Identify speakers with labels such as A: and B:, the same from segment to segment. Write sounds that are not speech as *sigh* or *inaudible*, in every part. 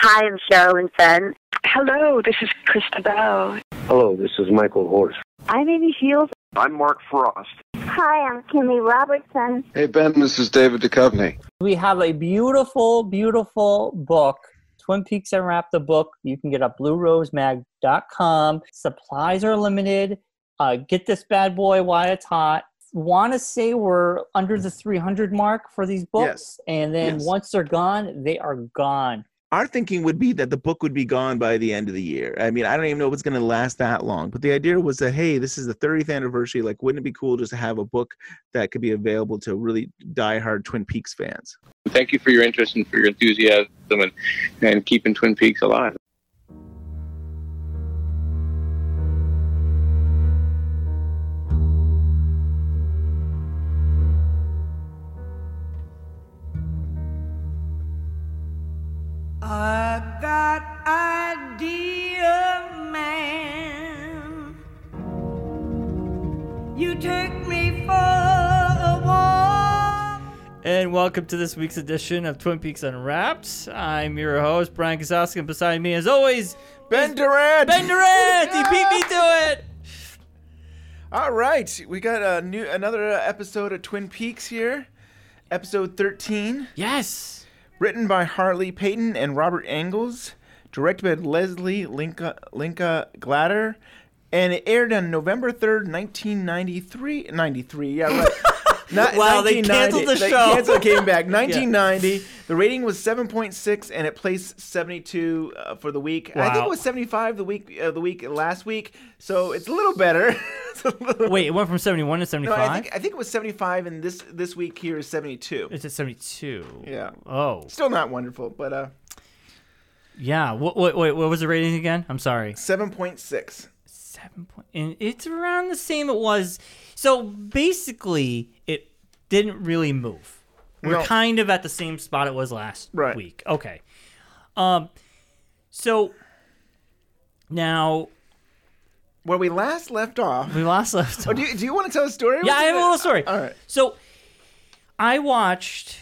A: Hi, I'm Sherilyn Fenn.
B: Hello, this is Krista Bell.
C: Hello, this is Michael Horst.
D: I'm Amy Shields.
E: I'm Mark Frost.
F: Hi, I'm Kimmy Robertson.
G: Hey, Ben, this is David Duchovny.
H: We have a beautiful, beautiful book. Twin Peaks Unwrap the book. You can get it at bluerosemag.com. Supplies are limited. Uh, get this bad boy while it's hot. Want to say we're under the 300 mark for these books.
I: Yes.
H: And then
I: Yes.
H: once they're gone, they are gone.
I: Our thinking would be that the book would be gone by the end of the year. I mean, I don't even know if it's going to last that long. But the idea was that, hey, this is the 30th anniversary. Like, wouldn't it be cool just to have a book that could be available to really diehard Twin Peaks fans?
J: Thank you for your interest and for your enthusiasm and, and keeping Twin Peaks alive.
K: I got idea, man. You take me for a walk.
L: And welcome to this week's edition of Twin Peaks Unwrapped. I'm your host, Brian Kazowski, and beside me, as always, Ben Durant. Ben Durant! he beat me to it!
M: *laughs* All right, we got a new another uh, episode of Twin Peaks here, episode thirteen.
L: Yes.
M: Written by Harley Payton and Robert Engels, directed by Leslie Linka Linka Glatter, and it aired on November third, nineteen ninety three. Ninety three, yeah,
L: *laughs*
M: right. Not
L: Wow, they
M: 1990.
L: canceled the
M: They
L: show.
M: canceled, came
L: *laughs*
M: back.
L: Yeah.
M: 1990. The rating was 7.6, and it placed 72 uh, for the week. I think
L: Wow.
M: it was 75 the week uh, the week last week, so it's a little better. *laughs* It's a little-
L: Wait, it went from 71 to 75?
M: *laughs* No, I think I think it was 75, and this this week here is 72.
L: It's at 72.
M: Yeah.
L: Oh.
M: Still not wonderful, but uh,
L: Yeah. What, wait, wait, what was the rating again? I'm sorry.
M: 7.6.
L: Seven point, and it's around the same it was. So basically, it didn't really move. We're
H: No.
L: kind of at the same spot it was last week. Okay. Um. So now,
M: where we last
L: *sighs*
M: left off,
L: we last left.
M: Oh, do you, do you want to tell a story?
L: Yeah, I have a little story.
M: All right.
L: So I watched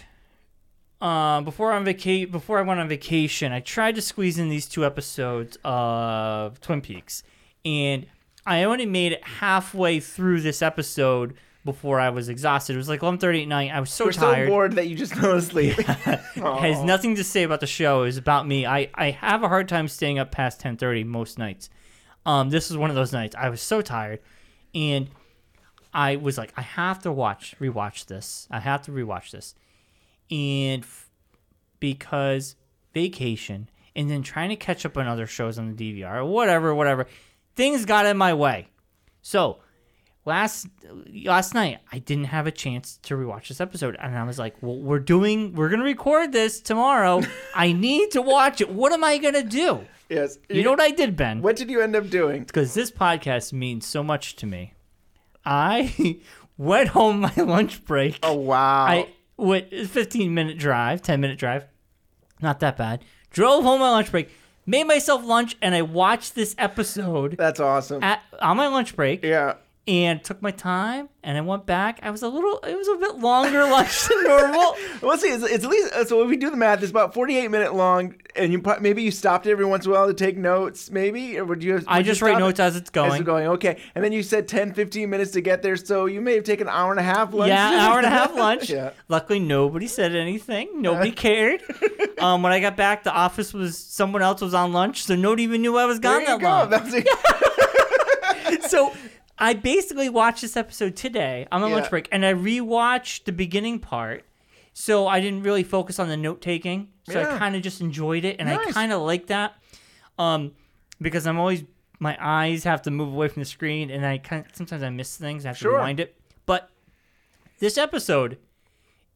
L: uh, before on vaca- before I went on vacation. I tried to squeeze in these two episodes of Twin Peaks, and I only made it halfway through this episode before I was exhausted. It was like 11:30 at night. I was so
M: We're
L: tired.
M: so bored that you just *laughs* fell
L: *laughs*
M: asleep.
L: Has nothing to say about the show. Is about me. I, I have a hard time staying up past 10:30 most nights. Um, this is one of those nights. I was so tired, and I was like, I have to watch rewatch this. I have to rewatch this, and f- because vacation, and then trying to catch up on other shows on the DVR, whatever, whatever, things got in my way. So last last night I didn't have a chance to rewatch this episode, and I was like, "Well, we're doing, we're gonna record this
M: *laughs*
L: tomorrow. I need to watch it. What am I gonna do?"
M: Yes.
L: You know what I did, Ben?
M: *laughs* What did you end up doing?
L: Because this podcast means so much to me. I *laughs* went home my lunch break. Oh
M: wow!
L: I went fifteen minute drive, ten minute drive, not that bad. Drove home my lunch break, made myself lunch, and I watched this episode.
M: *laughs* That's awesome.
L: At, on my lunch break.
M: Yeah.
L: And took my time, and I went back. I was a little. It was a bit longer *laughs* lunch than normal.
M: *laughs* well, see, it's, it's at least uh, so. If we do the math, it's about 48 minute long, and you pro- maybe you stopped every once in a while to take notes, maybe, or would you? Have,
L: I
M: would you
L: just write
M: stop it-
L: notes as it's going.
M: As it's going, okay. And then you said 10, 15 minutes to get there, so you may have taken an hour and a half lunch.
L: Yeah, hour and a
M: *laughs*
L: half lunch.
M: yeah.
L: Luckily, nobody said anything. Nobody
M: *laughs*
L: cared. Um, when I got back, the office was someone else was on lunch, so nobody even knew I was gone
M: There you
L: that
M: go.
L: long. *laughs*
M: That's *laughs* it.
L: so I basically watched this episode today on my
M: Yeah.
L: lunch break, and I rewatched the beginning part. So I didn't really focus on the note taking. So I
H: Yeah.
L: kind of just enjoyed it, and I
H: Nice.
L: kind of like that, um, because I'm always my eyes have to move away from the screen, and I kind of, sometimes I miss things. I have
H: Sure.
L: to rewind it. But this episode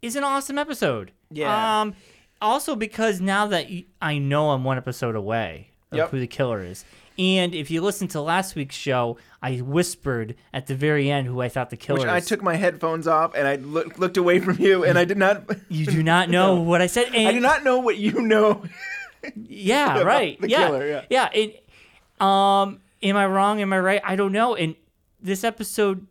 L: is an awesome episode.
H: Yeah.
L: Um, also because now that y- I know I'm one episode away of
H: Yep.
L: who the killer is, and if you listen to last week's show, I whispered at the very end who I thought the killer
M: Which I
L: is.
M: took my headphones off and I look, looked away from you, and I did not. *laughs*
L: You do not know what I said. And
M: I do not know what you know.
L: yeah,
M: about
L: right.
M: the
L: yeah.
M: killer, yeah.
L: yeah. and, um, am I wrong? Am I right? I don't know. And this episode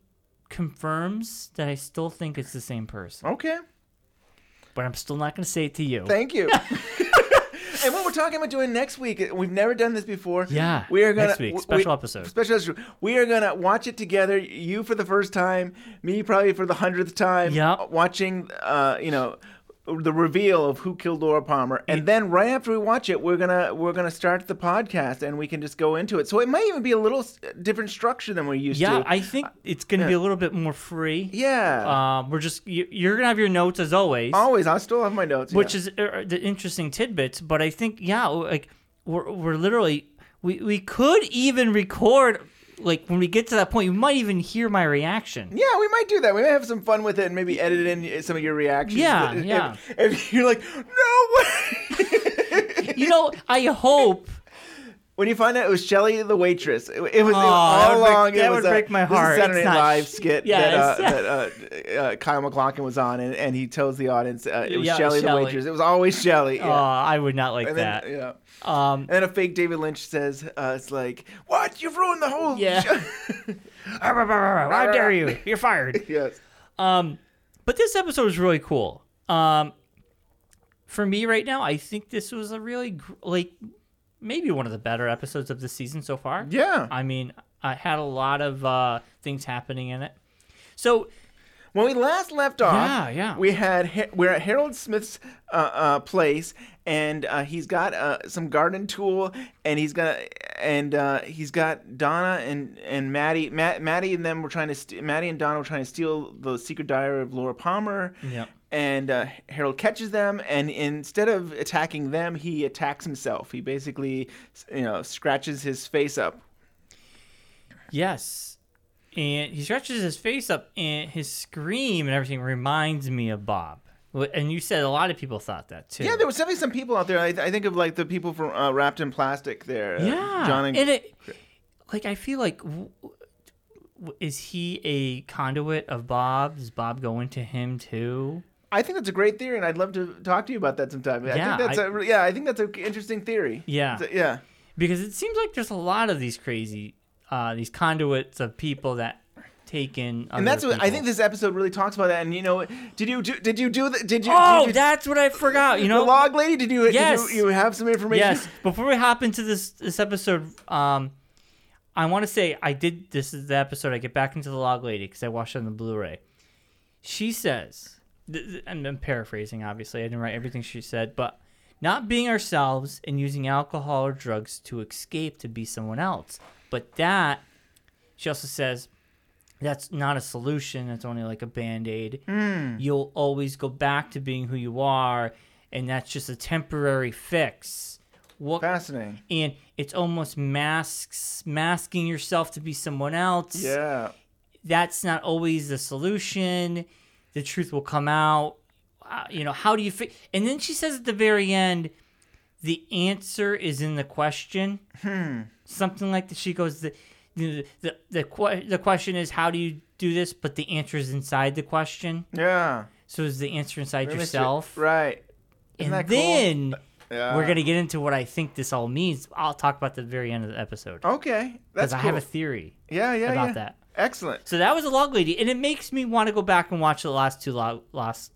L: confirms that I still think it's the same person.
M: Okay.
L: *laughs* But I'm still not going to say it to you.
M: Thank you. and what we're talking about doing next week, uh, we've never done this before.
L: Yeah,
M: we are gonna
L: next week,
M: we-
L: special
M: we-
L: episode.
M: Special episode. We are gonna watch it together. You for the first time, me probably for the hundredth time.
L: Yep.
M: watching, uh, you know, the reveal of who killed Laura Palmer, and then right after we watch it, we're gonna we're gonna start the podcast, and we can just go into it. So it might even be a little s- different structure than we're used to.
L: Yeah, I think it's going to be a little bit more free.
M: yeah.
L: Um, we're just you, you're gonna have your notes as always,
M: Always, I still have my notes.
L: which
M: yeah.
L: is uh, the interesting tidbits. But I think yeah, like we're we're literally we we could even record like when we get to that point, you might even hear my reaction.
M: Yeah, we might do that. We might have some fun with it and maybe edit in some of your reactions.
L: Yeah,
M: *laughs* If-
L: yeah.
M: If you're like, no way.
L: *laughs* You know, I
M: *laughs*
L: hope
M: when you find out it was Shelly the waitress, it, it was it was
L: Aw, Oh, that
M: all
L: would break-
M: along. it
L: that
M: was
L: would
M: a-
L: break my
M: this is a
L: heart.
M: Saturday
L: It's
M: Night
L: not-
M: Live skit
L: Yes.
M: that, uh,
L: *laughs*
M: that uh, uh, Kyle McLaughlin was on, and, and he tells the audience uh, it was
L: Yeah,
M: Shelley the
L: Shelley.
M: waitress. It was always Shelly.
L: uh, I would not like
M: and then, uh,
L: that.
M: yeah. *laughs*
L: Um,
M: And then a fake David Lynch says, uh, "It's like what you've ruined the whole."
L: Yeah.
M: show." *laughs*
L: how dare you? You're fired.
M: *laughs* yes.
L: Um, but this episode was really cool. Um, for me right now, I think this was a really gr- like maybe one of the better episodes of the season so far.
M: Yeah.
L: I mean, I had a lot of uh, things happening in it. So
M: When we last left off,
L: Yeah, yeah.
M: we had Har- we're at Harold Smith's uh, uh, place, and uh, he's got uh, some garden tool, and he's gonna and uh, he's got Donna and and Maddie, Matt, Maddie and them were trying to st- Maddie and Donna were trying to steal the secret diary of Laura Palmer.
L: Yep.
M: And uh, Harold catches them, and instead of attacking them, he attacks himself. He basically, you know, scratches his face up.
L: yes, and he stretches his face up, and his scream and everything reminds me of Bob. Wh- And you said a lot of people thought that too.
M: Yeah, there was definitely some people out there. I, I think of like the people from uh, Wrapped in Plastic there. uh,
L: Yeah,
M: John and,
L: and it, like I feel like w- w- is he a conduit of Bob? Does Bob go into him too?
M: I think that's a great theory, and I'd love to talk to you about that sometime. I
L: Yeah,
M: think that's
L: I-
M: a re- yeah, I think that's an interesting theory.
L: Yeah.
M: So- yeah,
L: Because it seems like there's a lot of these crazy, uh, these conduits of people that take in.
M: and that's what I think this episode really talks about that. And you know, did you do? Did you do? The, did you?
L: *laughs* Oh,
M: did you,
L: that's what I forgot. You know,
M: the log lady. Did you? did
L: Yes.
M: you, you have some information.
L: yes. Before we hop into this this episode, um, I want to say I did. This is the episode I get back into the log lady because I watched it on the Blu-ray. She says, th- th- and I'm paraphrasing. Obviously, I didn't write everything she said, but not being ourselves and using alcohol or drugs to escape to be someone else. But that she also says. That's not a solution. That's only like a band aid you'll always go back to being who you are and that's just a temporary fix what
M: Fascinating.
L: and it's almost masks masking yourself to be someone else
M: Yeah.
L: that's not always the solution the truth will come out uh, you know how do you fix and then she says at the very end the answer is in the question
M: Hmm.
L: something like that she goes the the, the, the, que- the question is how do you do this but the answer is inside the question
M: Yeah.
L: so is the answer inside
M: Really mysterious.
L: yourself?
M: Right. Isn't
L: And
M: that cool? Uh,
L: then
M: Yeah.
L: we're gonna get into what I think this all means. I'll talk about the very end of the episode because
M: Okay. Oh, That's
L: I
M: cool.
L: have a theory
M: yeah. Yeah.
L: about
M: yeah.
L: that.
M: Excellent.
L: So that was a log lady, and it makes me want to go back and watch the last two log last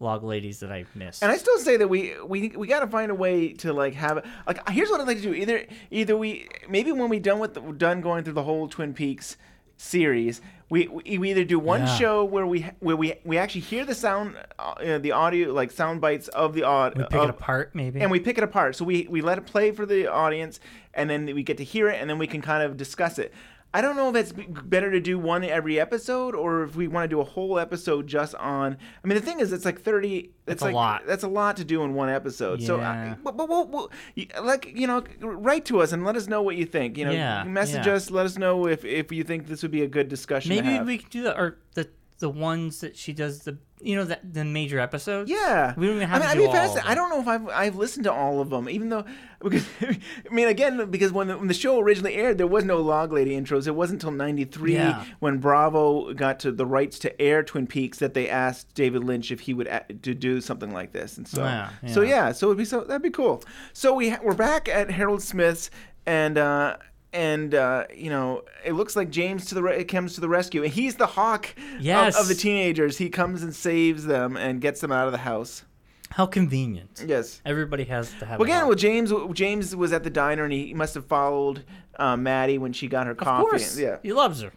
L: log ladies that I missed.
M: And I still say that we we we gotta find a way to like have like here's what I'd like to do either either we maybe when we done with the, done going through the whole Twin Peaks series we, we we either do one
L: Yeah.
M: show where we where we we actually hear the sound uh, you know, the audio like sound bites of the audio
L: we pick it apart, maybe.
M: Oh. and we pick it apart so we we let it play for the audience and then we get to hear it and then we can kind of discuss it. I don't know if it's b- better to do one every episode or if we want to do a whole episode just on. I mean, the thing is, it's like thirty. That's
L: a
M: like,
L: lot.
M: That's a lot to do in one episode. So, I,
L: Yeah.
M: but, but we'll, we'll, you- like you know, write to us and let us know what you think. You know,
L: Yeah,
M: message
L: yeah.
M: us. Let us know if if you think this would be a good discussion. to
L: maybe
M: have.
L: we could do that, or the the ones that she does the you know that the major episodes.
M: Yeah,
L: we don't even have
M: I mean,
L: to
M: I'd
L: do
M: be
L: all of
M: fascinated- I
L: them.
M: don't know if I've I've listened to all of them, even though *laughs* because I mean again because when the, when the show originally aired, there was no Log Lady intros. It wasn't until '93
L: Yeah.
M: when Bravo got to the rights to air Twin Peaks that they asked David Lynch if he would a- to do something like this, and so
L: Yeah,
M: so
L: yeah.
M: yeah, so it'd be so that'd be cool. So we ha- we're back at Harold Smith's and. uh and uh, you know, it looks like James to the re- comes to the rescue, and he's the hawk of-
L: Yes.
M: of the teenagers. He comes and saves them and gets them out of the house.
L: How convenient.
M: Yes.
L: Everybody has to have.
M: Well,
L: a
M: again,
L: hobby.
M: well, James James was at the diner and he, he must have followed uh, Maddie when she got her coffee.
L: of course,
M: Yeah.
L: he loves her,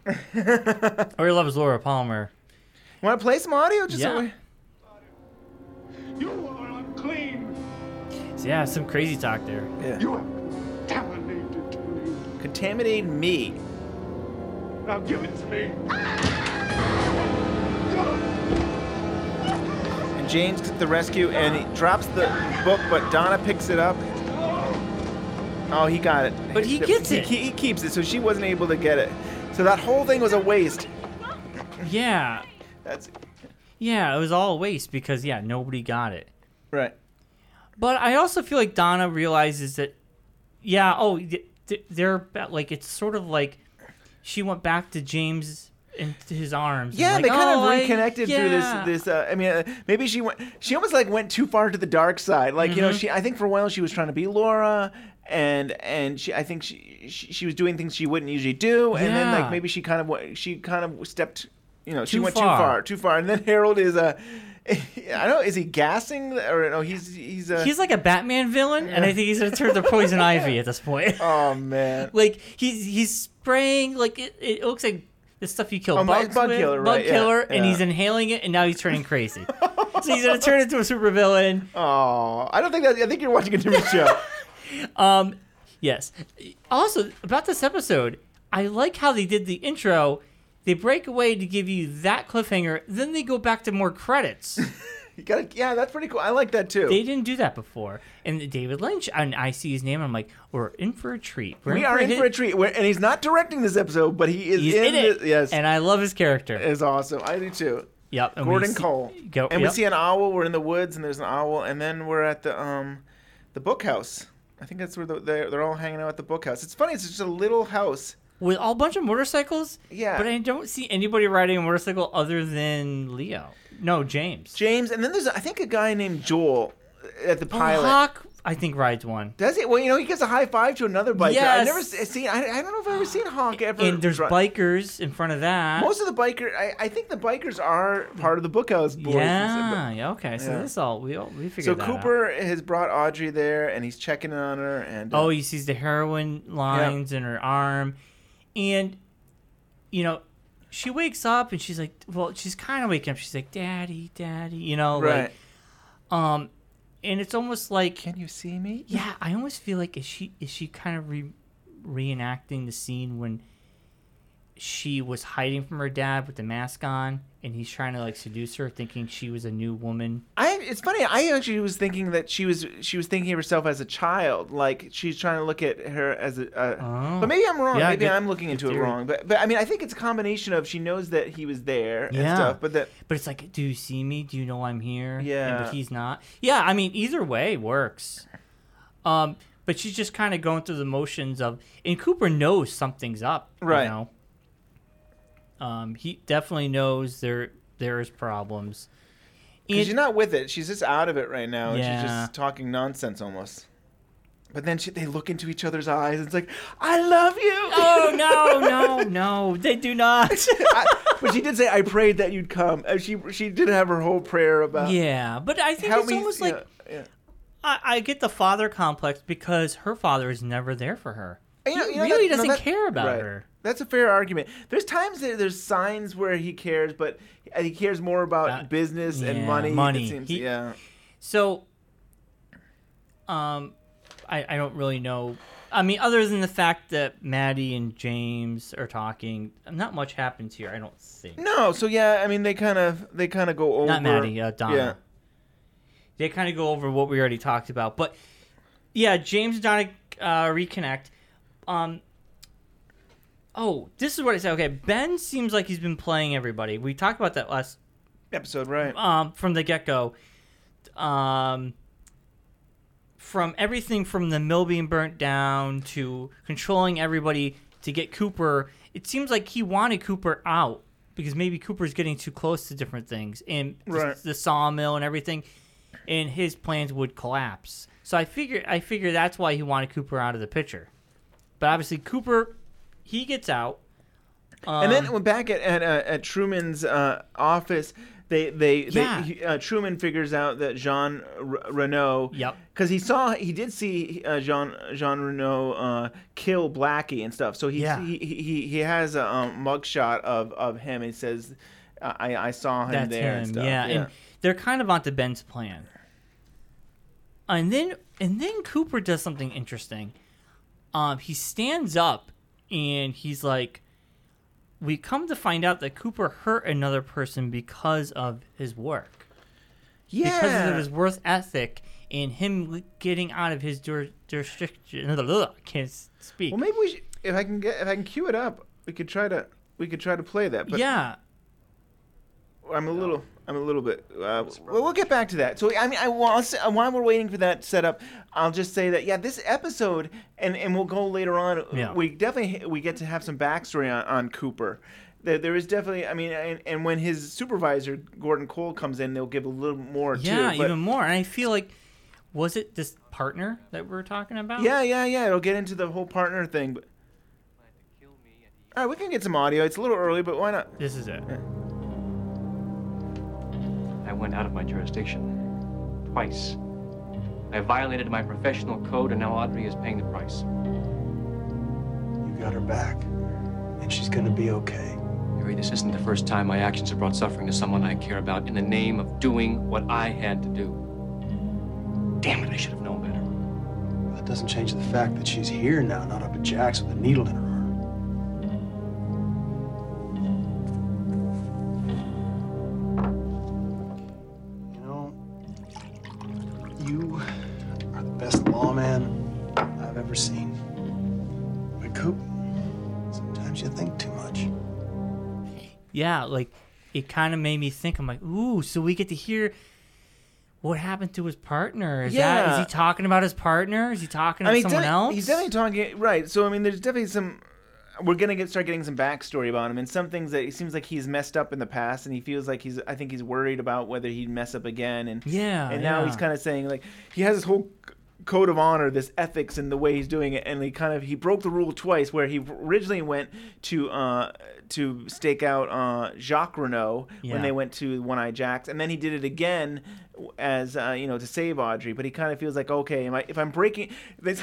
M: *laughs*
L: or he loves Laura Palmer.
M: Want to play some audio? Just
L: Yeah.
M: so we-
K: You are unclean.
L: So yeah, some crazy talk there.
K: You have contaminated me.
M: contaminate me.
K: Now give it to me.
M: And James to the rescue and he drops the book, but Donna picks it up. Oh, he got it.
L: But he gets it.
M: He, he keeps it, so she wasn't able to get it. So that whole thing was a waste.
L: Yeah,
M: That's
L: yeah, it was all a waste because yeah, nobody got it.
M: right.
L: But I also feel like Donna realizes that, yeah, oh, th- th- they're ba- like it's sort of like she went back to James into his arms. and
M: Yeah,
L: like,
M: they kind
L: "Oh,
M: of
L: I-
M: reconnected
L: yeah."
M: through this. This, uh, I mean, uh, maybe she went. She almost like went too far to the dark side. Like
L: Mm-hmm.
M: you know, she. I think for a while she was trying to be Laura, and and she. I think she she, she was doing things she wouldn't usually do, and then
L: Yeah.
M: like maybe she kind of wa- she kind of stepped. You know, she
L: Too
M: went
L: far.
M: too far, too far, and then *laughs* Harold is Uh, I don't know. Is he gassing or no? He's he's Uh,
L: He's like a Batman villain, and I think he's gonna turn to
M: *laughs*
L: poison ivy at this point.
M: oh man.
L: *laughs* like he's he's spraying like it, it looks like the stuff you kill
M: Oh, my-
L: bugs
M: bug
L: with,
M: killer,
L: bug
M: right, yeah,
L: killer, and
M: yeah.
L: he's inhaling it, and now he's turning
M: *laughs*
L: crazy. so he's gonna turn into a supervillain.
M: Oh, I don't think that. I think you're watching a different show.
L: *laughs* Um, yes. Also, about this episode, I like how they did the intro. They break away to give you that cliffhanger, then they go back to more
M: *laughs*
L: credits.
M: You gotta. Yeah, that's pretty cool. I like that too.
L: they didn't do that before. And David Lynch, and I see his name, and I'm like, we're in for a treat. We're
M: we are in
L: hit-
M: for a treat, We're- and he's not directing this episode, but he is
L: He's in
M: in,
L: it.
M: thi- Yes,
L: And I love his character.
M: is awesome. I do too.
L: Yep. and we
M: Gordon
L: see-
M: Cole.
L: Go,
M: and
L: yep.
M: we see an owl. We're in the woods, and there's an owl, and then we're at the um, the book house. I think that's where the, they're, they're all hanging out at the book house. It's funny. It's just a little house.
L: with all bunch of motorcycles.
M: Yeah.
L: But I don't see anybody riding a motorcycle other than Leo. No, James.
M: James, and then there's I think a guy named Joel at the pilot.
L: Oh, Hawk, I think, rides one.
M: Does it? Well, you know, he gives a high five to another biker.
L: Yes.
M: I've never s- eh, seen. I, I don't know if I've ever seen Honk ever.
L: And there's
M: dri-
L: bikers in front of that.
M: Most of the biker, I, I think the bikers are part of the book house boys.
L: yeah, yeah. Okay. So
M: Yeah.
L: this all we all, we figured
M: So
L: that out.
M: Cooper has brought Audrey there, and he's checking on her. And uh,
L: Oh, he sees the heroin lines in her arm, and you know, she wakes up and she's like, well, she's kind of waking up. She's like, "Daddy, Daddy," you know,
M: right.
L: like, um, and it's almost like
M: Can you see me?
L: Yeah, I almost feel like is she is she kind of re- reenacting the scene when she was hiding from her dad with the mask on, and he's trying to like seduce her, thinking she was a new woman.
M: I it's funny. I actually was thinking that she was she was thinking of herself as a child, like she's trying to look at her as a. Uh,
L: Oh.
M: But maybe I'm wrong.
L: Yeah,
M: maybe
L: good-
M: I'm looking into it
L: theory.
M: wrong. But but I mean, I think it's a combination of she knows that he was there
L: Yeah.
M: and stuff, but that
L: But it's like, do you see me? Do you know I'm here? And-
M: Yeah.
L: but he's not. Yeah, I mean, either way works. Um, but she's just kind of going through the motions of, and Cooper knows something's up.
M: Right.
L: You know? Um, he definitely knows there there is problems.
M: because
L: And-
M: she's not with it. She's just out of it right now, and she's
L: Yeah.
M: just talking nonsense almost. But then she, they look into each other's eyes. And it's like, I love you.
L: Oh no, no, no! They do
M: *laughs*
L: not.
M: I- but she did say, "I prayed that you'd come." Uh, She she did have her whole prayer about
L: yeah, but I think
M: help
L: it's
M: me.
L: almost
M: yeah,
L: like
M: yeah.
L: I, I get the father complex because her father is never there for her.
M: And you know-
L: he
M: you know
L: really
M: that- no,
L: doesn't
M: that-
L: care about
M: right.
L: her.
M: That's a fair argument. There's times that there's signs where he cares, but he cares more about
L: Uh,
M: business and
L: yeah,
M: money. it
L: money.
M: seems,
L: He-
M: yeah.
L: So, um, I I don't really know. I mean, other than the fact that Maddie and James are talking, not much happens here. I don't think.
M: No. So yeah, I mean, they kind of they kind of go over.
L: Not Maddie, uh, Donna.
M: Yeah.
L: They kind of go over what we already talked about, but yeah, James and Donna uh, reconnect. Um, oh, this is what I said. Okay, Ben seems like he's been playing everybody. We talked about that last
M: Episode right.
L: um, from the get go. Um, from everything from the mill being burnt down to controlling everybody to get Cooper, it seems like he wanted Cooper out because maybe Cooper's getting too close to different things and the-
M: Right.
L: the sawmill and everything, and his plans would collapse. So I figure I figure that's why he wanted Cooper out of the picture. But obviously Cooper, he gets out. Um,
M: and then we're back at at, uh, at Truman's uh, office. They they, they
L: Yeah.
M: he, uh, Truman figures out that Jean R- Renault.
L: Yep.
M: Because he saw he did see uh, Jean Jean Renault uh, kill Blackie and stuff. So he
L: Yeah.
M: he, he he has a um, mugshot of of him. He says, "I I saw him
L: That's
M: there."
L: him.
M: and stuff.
L: Yeah, and they're kind of onto Ben's plan. And then and then Cooper does something interesting. Um, he stands up and he's like, "We come to find out that Cooper hurt another person because of his work,
M: yeah.
L: because of his worth ethic, and him l- getting out of his jur- jurisdiction." *laughs* I can't s- speak.
M: Well, maybe we should, if I can get if I can cue it up, we could try to we could try to play that. But
L: yeah,
M: I'm a little I'm a little bit. Uh, well, we'll get back to that. So I mean, I while, uh, while we're waiting for that setup, I'll just say that yeah, this episode and and we'll go later on. uh,
L: Yeah.
M: We definitely we get to have some backstory on, on Cooper. There, there is definitely, I mean, and, and when his supervisor Gordon Cole comes in, they'll give a little more
L: yeah,
M: too. but-
L: even more. And I feel like, was it this partner that we are talking about?
M: Yeah, yeah, yeah. It'll get into the whole partner thing. But all right, we can get some audio. It's a little early, but why not?
L: this is it.
A: I went out of my jurisdiction. Twice. I violated my professional code, and now Audrey is paying the price.
D: You got her back, and she's gonna be okay.
A: Harry, this isn't the first time my actions have brought suffering to someone I care about in the name of doing what I had to do. Damn it, I should have known better.
D: That doesn't change the fact that she's here now, not up at Jack's with a needle in her arm. You know, you are the best lawman I've ever seen. But Coop, sometimes you think too much.
L: yeah, like it kind of made me think. I'm like, ooh, so we get to hear what happened to his partner. Is that
M: Yeah.
L: is he talking about his partner? Is he talking
M: I
L: to
M: mean,
L: someone
M: defi-
L: else?
M: He's definitely talking right. So I mean, there's definitely some. We're gonna get start getting some backstory about him and some things that it seems like he's messed up in the past, and he feels like he's. I think he's worried about whether he'd mess up again, and
L: Yeah,
M: and now
L: yeah.
M: he's kind of saying like he has this whole c- code of honor, this ethics, and the way he's doing it, and he kind of he broke the rule twice, where he originally went to uh to stake out uh Jacques Renault
L: Yeah.
M: when they went to One Eye Jacks, and then he did it again as uh, you know to save Audrey. But he kind of feels like okay, am I, if I'm breaking *laughs* this,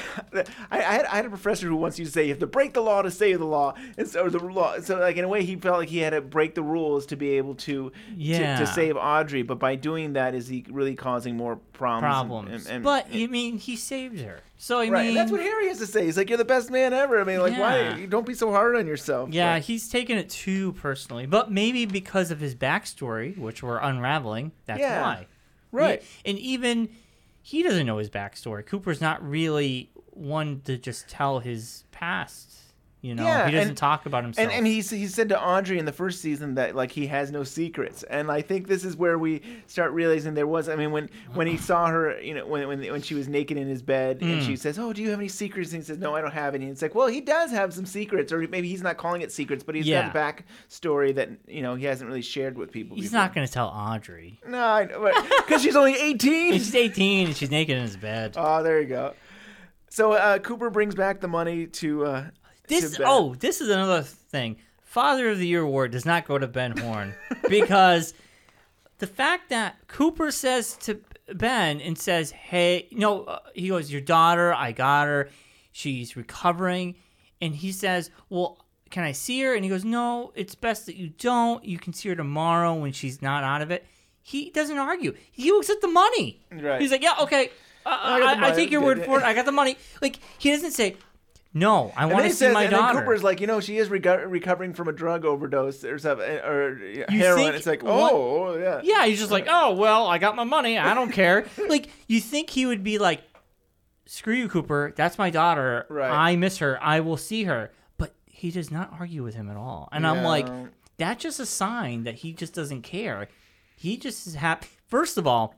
M: I, I had I had a professor who once used to say you have to break the law to save the law, and so or the law. So like in a way, he felt like he had to break the rules to be able to
L: Yeah.
M: to, to save Audrey. But by doing that, is he really causing more problems? and-
L: Problems,
M: and- and-
L: but I mean, he saved her. So I
M: right,
L: mean,
M: and that's what Harry has to say. He's like, "You're the best man ever." I mean, like,
L: Yeah.
M: why don't be so hard on yourself?
L: Yeah,
M: Like,
L: he's taking it too personally, but maybe because of his backstory, which we're unraveling, that's
M: Yeah,
L: why.
M: right.
L: He- and even he doesn't know his backstory. Cooper's not really one to just tell his past. You know,
M: Yeah,
L: he doesn't
M: and-
L: talk about himself.
M: And, and he, s- he said to Audrey in the first season that like he has no secrets, and I think this is where we start realizing there was. I mean, when when he saw her, you know, when when, when she was naked in his bed, and
L: Mm.
M: she says, "Oh, do you have any secrets?" And he says, "No, I don't have any." And it's like, well, he does have some secrets, or maybe he's not calling it secrets, but he's got a backstory that you know he hasn't really shared with people.
L: He's
M: before.
L: not going to tell Audrey.
M: No, I know, because
L: *laughs*
M: she's only eighteen.
L: She's 18 and she's naked in his bed.
M: Oh, there you go. So uh, Cooper brings back the money to. Uh,
L: This
M: to Ben.
L: oh, this is another thing. Father of the Year award does not go to Ben
M: *laughs*
L: Horn because the fact that Cooper says to Ben and says, "Hey, no," uh, he goes, "Your daughter, I got her. She's recovering," and he says, "Well." Can I see her? And he goes, No, it's best that you don't. You can see her tomorrow when she's not out of it. He doesn't argue. He looks at the money.
M: Right.
L: He's like, Yeah, okay. Uh,
M: got the
L: I, I, I
M: money.
L: take your word
M: *laughs*
L: for it. I got the money. Like, he doesn't say, No, I want
M: And then
L: to
M: he
L: see
M: says-
L: my
M: and
L: daughter.
M: then Cooper's like, you know, she is reco- recovering from a drug overdose or something, or yeah,
L: You
M: heroin.
L: think-
M: it's like,
L: what-
M: oh, yeah.
L: Yeah, he's just like, oh well, I got my money. I *laughs* don't care. like you think he would be like, screw you, Cooper. That's my daughter.
M: Right.
L: I miss her. I will see her. But he does not argue with him at all. And I'm like,
M: No.
L: that's just a sign that he just doesn't care. He just is happy. First of all,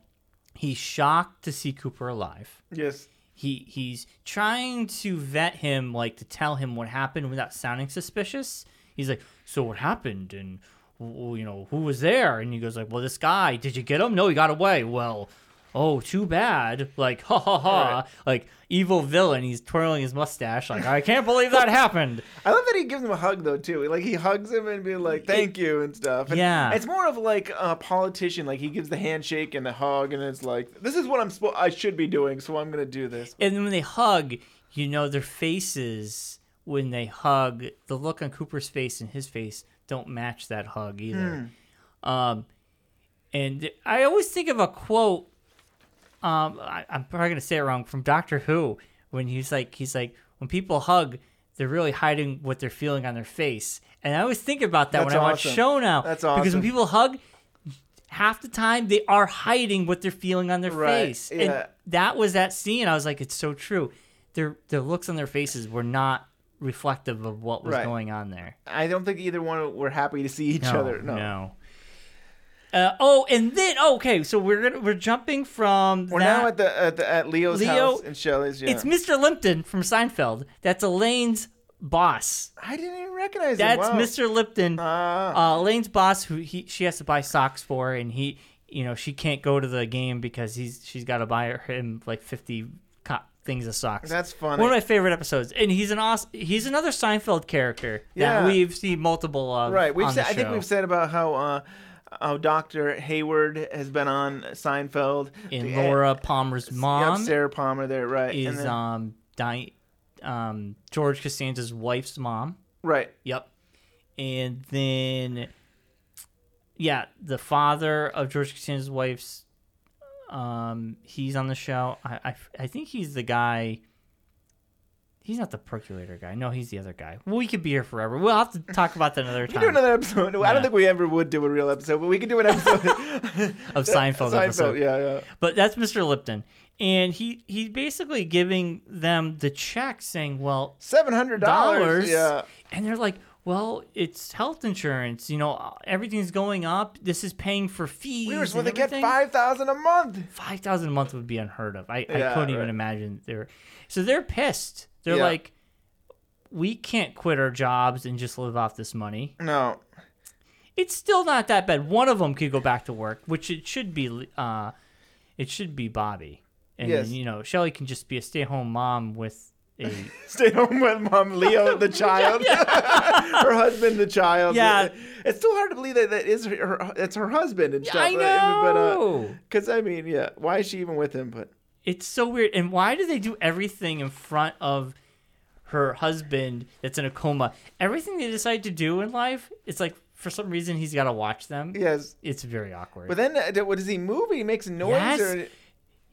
L: he's shocked to see Cooper alive.
M: Yes.
L: He he's trying to vet him, like to tell him what happened without sounding suspicious. He's like, "So what happened?" And w- w- you know, who was there? And he goes like, "Well, this guy. Did you get him? No, he got away. Well, oh, too bad. Like, ha ha ha. Like, evil villain. He's twirling his mustache. Like, I can't believe that happened.
M: I love that he gives him a hug though too. Like he hugs him and be like, "Thank you" and stuff. And
L: Yeah.
M: it's more of like a politician. Like he gives the handshake and the hug, and it's like, "This is what I'm spo- I should be doing, so I'm gonna do this."
L: And when they hug, you know, their faces, when they hug, the look on Cooper's face and his face don't match that hug either.
M: Hmm.
L: Um, and I always think of a quote. Um, I, I'm probably gonna say it wrong from Doctor Who when he's like, he's like, when people hug, they're really hiding what they're feeling on their face. And I always think about that when
M: That's
L: I watch
M: awesome.
L: show now.
M: That's
L: Because when
M: awesome.
L: people hug, half the time they are hiding what they're feeling on their
M: Right,
L: face.
M: yeah.
L: And that was that scene. I was like, it's so true. Their their looks on their faces were not reflective of what was
M: Right.
L: going on there.
M: I don't think either one were happy to see each
L: No,
M: other. No,
L: no. Uh, oh, and then okay, so we're gonna we're jumping from
M: we're
L: that-
M: now at the at, the, at Leo's
L: Leo-
M: house and Shelley's. Yeah.
L: it's Mr. Lipton from Seinfeld. That's Elaine's boss.
M: I didn't even recognize him.
L: That's
M: Wow. Ah,
L: Mr. Lipton, uh, Elaine's boss, who he she has to buy socks for, and he, you know, she can't go to the game because he's she's got to buy him like fifty co- things of socks.
M: That's funny.
L: One of my favorite episodes, and he's an awesome, he's another Seinfeld character
M: Yeah.
L: that we've seen multiple of.
M: Right. We've
L: on
M: said,
L: the
M: I think
L: show.
M: we've said about how uh, how Doctor Hayward has been on Seinfeld.
L: and
M: The-
L: Laura Palmer's
M: Yep,
L: mom
M: Sarah Palmer there, right?
L: is
M: and then,
L: um Di- um George Costanza's wife's mom.
M: right.
L: Yep. And then, yeah, the father of George Costanza's wife's, um, he's on the show. I, I, I think he's the guy. He's not the percolator guy. No, he's the other guy. Well, we could be here forever. We'll have to talk about that another
M: We
L: time.
M: can do another episode. I
L: Yeah.
M: don't think we ever would do a real episode, but we could do an episode *laughs*
L: Of *laughs* Seinfeld episode.
M: Yeah, yeah.
L: But that's Mr. Lipton, and he he's basically giving them the check, saying, "Well,
M: Seven hundred
L: dollars.
M: dollars. Yeah.
L: And they're like, well, it's health insurance. You know, everything's going up. This is paying for fees.
M: We were supposed to
L: and
M: get
L: everything."
M: five thousand a month.
L: 5,000 a month would be unheard of. I, I
M: Yeah,
L: couldn't even
M: right.
L: imagine. They're so they're pissed. They're
M: Yeah.
L: like, we can't quit our jobs and just live off this money.
M: No.
L: It's still not that bad. One of them could go back to work, which it should be. Uh, it should be Bobby, and
M: Yes.
L: you know Shelly can just be a stay-at-home mom with
M: *laughs*
L: a
M: Stay home with mom, Leo,
L: *laughs*
M: the child. *laughs* her husband, the child.
L: Yeah.
M: It's still hard to believe that that is her. It's her husband and stuff. uh,
L: I
M: But
L: know.
M: because I mean, yeah, why is she even with him? But
L: It's so weird. And why do they do everything in front of her husband that's in a coma? Everything they decide to do in life, it's like for some reason he's got to watch them.
M: yes.
L: It's very awkward.
M: But then, uh, what does he move? He makes noise,
L: Yes.
M: or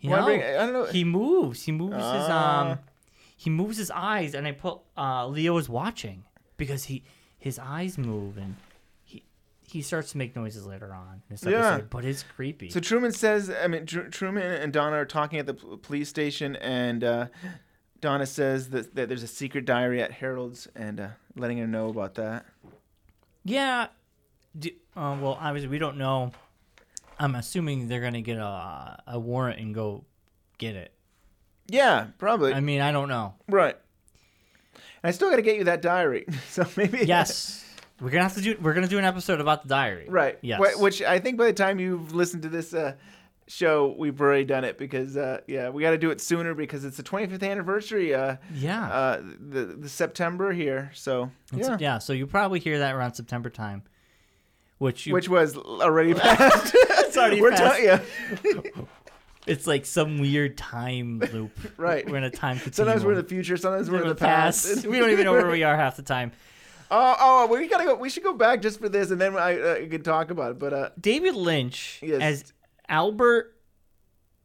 L: You
M: Well, I
L: know,
M: mean, I don't know.
L: He moves. He moves his um
M: Ah.
L: he moves his eyes and I put uh Leo is watching because he his eyes move and he he starts to make noises later on. in this
M: Yeah.
L: episode, but it's creepy.
M: So Truman says, I mean, Tr- Truman and Donna are talking at the p- police station, and uh, Donna says that, that there's a secret diary at Harold's, and uh, letting her know about that.
L: Yeah. Do, uh, well, obviously, we don't know. I'm assuming they're going to get a, a warrant and go get it.
M: Yeah, probably.
L: I mean, I don't
M: *laughs*
L: know.
M: right. And I still got to get you that diary, *laughs* so maybe
L: Yes. We're gonna have to do. We're gonna do an episode about the diary,
M: right.
L: Yes.
M: Wh- Which I think by the time you've listened to this uh, show, we've already done it because uh, yeah, we got to do it sooner because it's the 25th anniversary. Uh,
L: Yeah.
M: Uh, the the September here, so
L: It's-
M: yeah.
L: yeah. So you probably hear that around September time, which you,
M: Which
L: *laughs*
M: was already passed.
L: it's already
M: We're
L: past.
M: talking. Yeah.
L: It's like some weird
M: *laughs*
L: time loop.
M: Right.
L: We're in a time.
M: Sometimes we're in
L: continuum.
M: the future. Sometimes we're in
L: We're
M: the
L: *laughs*
M: past.
L: we don't even know
M: *laughs*
L: where we are half the time.
M: Oh, oh, we gotta go. We should go back just for this, and then I uh, can talk about it. But uh,
L: David Lynch
M: Yes.
L: as Albert.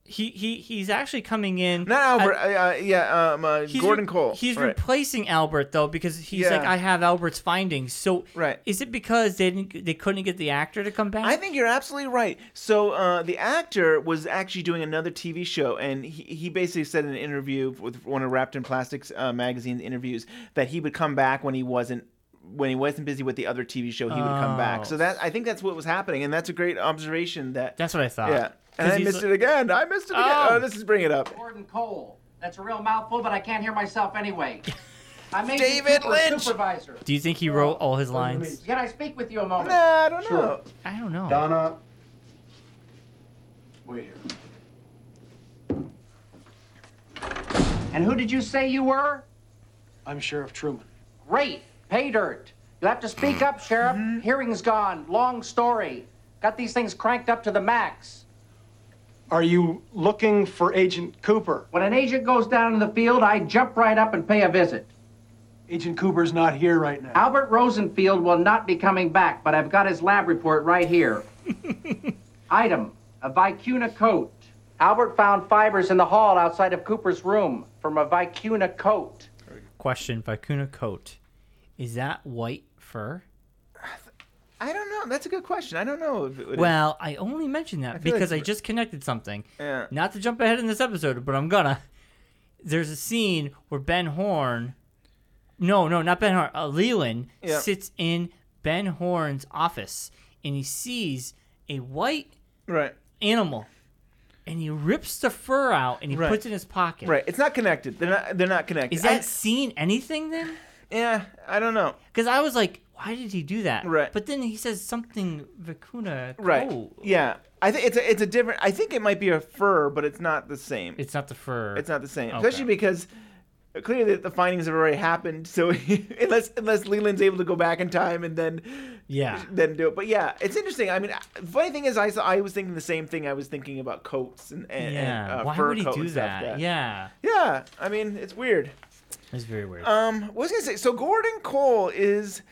L: He he he's actually coming in.
M: not Albert. uh, uh, yeah, um, uh,
L: He's
M: Gordon
L: re-
M: Cole.
L: He's
M: right.
L: replacing Albert though because he's
M: Yeah.
L: like I have Albert's findings. So
M: Right.
L: is it because they didn't they couldn't get the actor to come back?
M: I think you're absolutely right. So uh, the actor was actually doing another TV show, and he, he basically said in an interview with one of Wrapped in Plastics uh, magazine's interviews that he would come back when he wasn't when he wasn't busy with the other TV show. He would come
L: Oh.
M: back. So that I think that's what was happening, and that's a great observation. That
L: That's what I thought.
M: yeah. And
L: 'Cause
M: I
L: he's
M: missed
L: like-
M: it again. I missed it again.
L: Oh.
M: Oh, this is bringing it up.
E: Gordon Cole. That's a real mouthful, but I can't hear myself anyway. I'm Agent
M: David
E: Cooper,
M: Lynch.
E: supervisor.
L: Do you think he wrote all his lines?
E: Can I speak with you a moment?
M: Nah, I don't
E: Sure.
M: know.
L: I don't know.
E: Donna.
D: Wait here.
E: And who did you say you were?
D: I'm Sheriff Truman.
E: Great. Pay dirt. You'll have to speak up, Sheriff.
D: Mm-hmm.
E: Hearing's gone. Long story. Got these things cranked up to the max.
D: Are you looking for Agent Cooper?
E: When an agent goes down in the field, I jump right up and pay a visit.
D: Agent Cooper's not here right now.
E: Albert Rosenfield will not be coming back, but I've got his lab report right here. Item a vicuna coat. Albert found fibers in the hall outside of Cooper's room from a vicuna coat.
L: Question: Vicuna coat, is that white fur?
M: I don't know. That's a good question. I don't know if it would.
L: Well, I only mentioned that
M: I feel
L: because
M: like-
L: I just connected something.
M: Yeah.
L: Not to jump ahead in this episode, but I'm gonna. There's a scene where Ben Horn, no, no, not Ben Horn, uh, Leland
M: Yeah.
L: sits in Ben Horn's office and he sees a white
M: right
L: animal, and he rips the fur out and he
M: Right.
L: puts it in his pocket.
M: Right. It's not connected. They're not. They're not connected.
L: Is that
M: I-
L: scene anything then?
M: yeah. I don't know.
L: Because I was like, why did he do that?
M: Right.
L: But then he says something vicuna.
M: Right.
L: coat.
M: Yeah. I think it's a, it's a different. I think it might be a fur, but it's not the same.
L: It's not the fur.
M: It's not the same,
L: Okay.
M: especially because clearly the findings have already happened. So *laughs* unless unless Leland's able to go back in time and then
L: Yeah.
M: then do it. But yeah, it's interesting. I mean, I- the funny thing is, I saw, I was thinking the same thing. I was thinking about coats and, and, and,
L: yeah.
M: uh,
L: Why
M: fur
L: would he
M: coat
L: do
M: and stuff,
L: that? Yeah.
M: Yeah. I mean, it's weird.
L: It's very weird.
M: Um, what was I gonna say? So Gordon Cole is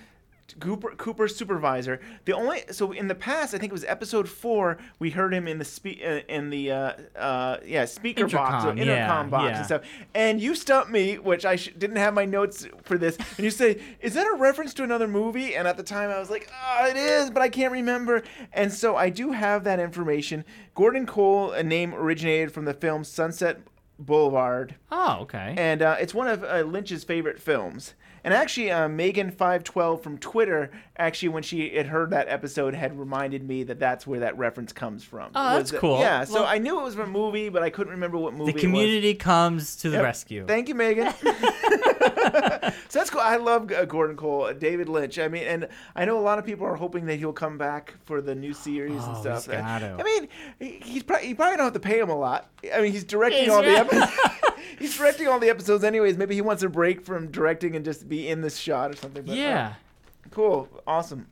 M: Cooper, Cooper's supervisor. The only so in the past, I think it was episode four, we heard him in the spe- uh, in the uh, uh, yeah speaker box, or
L: Intercom,
M: intercom
L: yeah,
M: box
L: yeah.
M: and stuff. And you stumped me, which I sh- didn't have my notes for this. And you say, "Is that a reference to another movie?" And at the time, I was like, "Ah, it is," but I can't remember. And so I do have that information. Gordon Cole, a name originated from the film Sunset Boulevard.
L: oh, okay.
M: And uh, it's one of uh, Lynch's favorite films. And actually, uh, Megan512 from Twitter, actually, when she had heard that episode, had reminded me that that's where that reference comes from.
L: Oh, that's
M: Was that-
L: cool.
M: Yeah, so
L: Well-
M: I knew it was from a movie, but I couldn't remember what movie
L: the community comes to the
M: Yep.
L: rescue.
M: it was. Thank
L: *laughs*
M: you, Megan. so that's cool. I love uh, Gordon Cole, uh, David Lynch. I mean, and I know a lot of people are hoping that he'll come back for the new series and
L: Oh,
M: stuff.
L: he's gotta.
M: I mean, he- he's probably, you probably don't have to pay him a lot. I mean, he's directing
L: He's
M: all the
L: right.
M: episodes. *laughs* He's directing all the episodes, anyways. Maybe he wants a break from directing and just be in this shot or something. But, uh,
L: yeah.
M: cool. Awesome.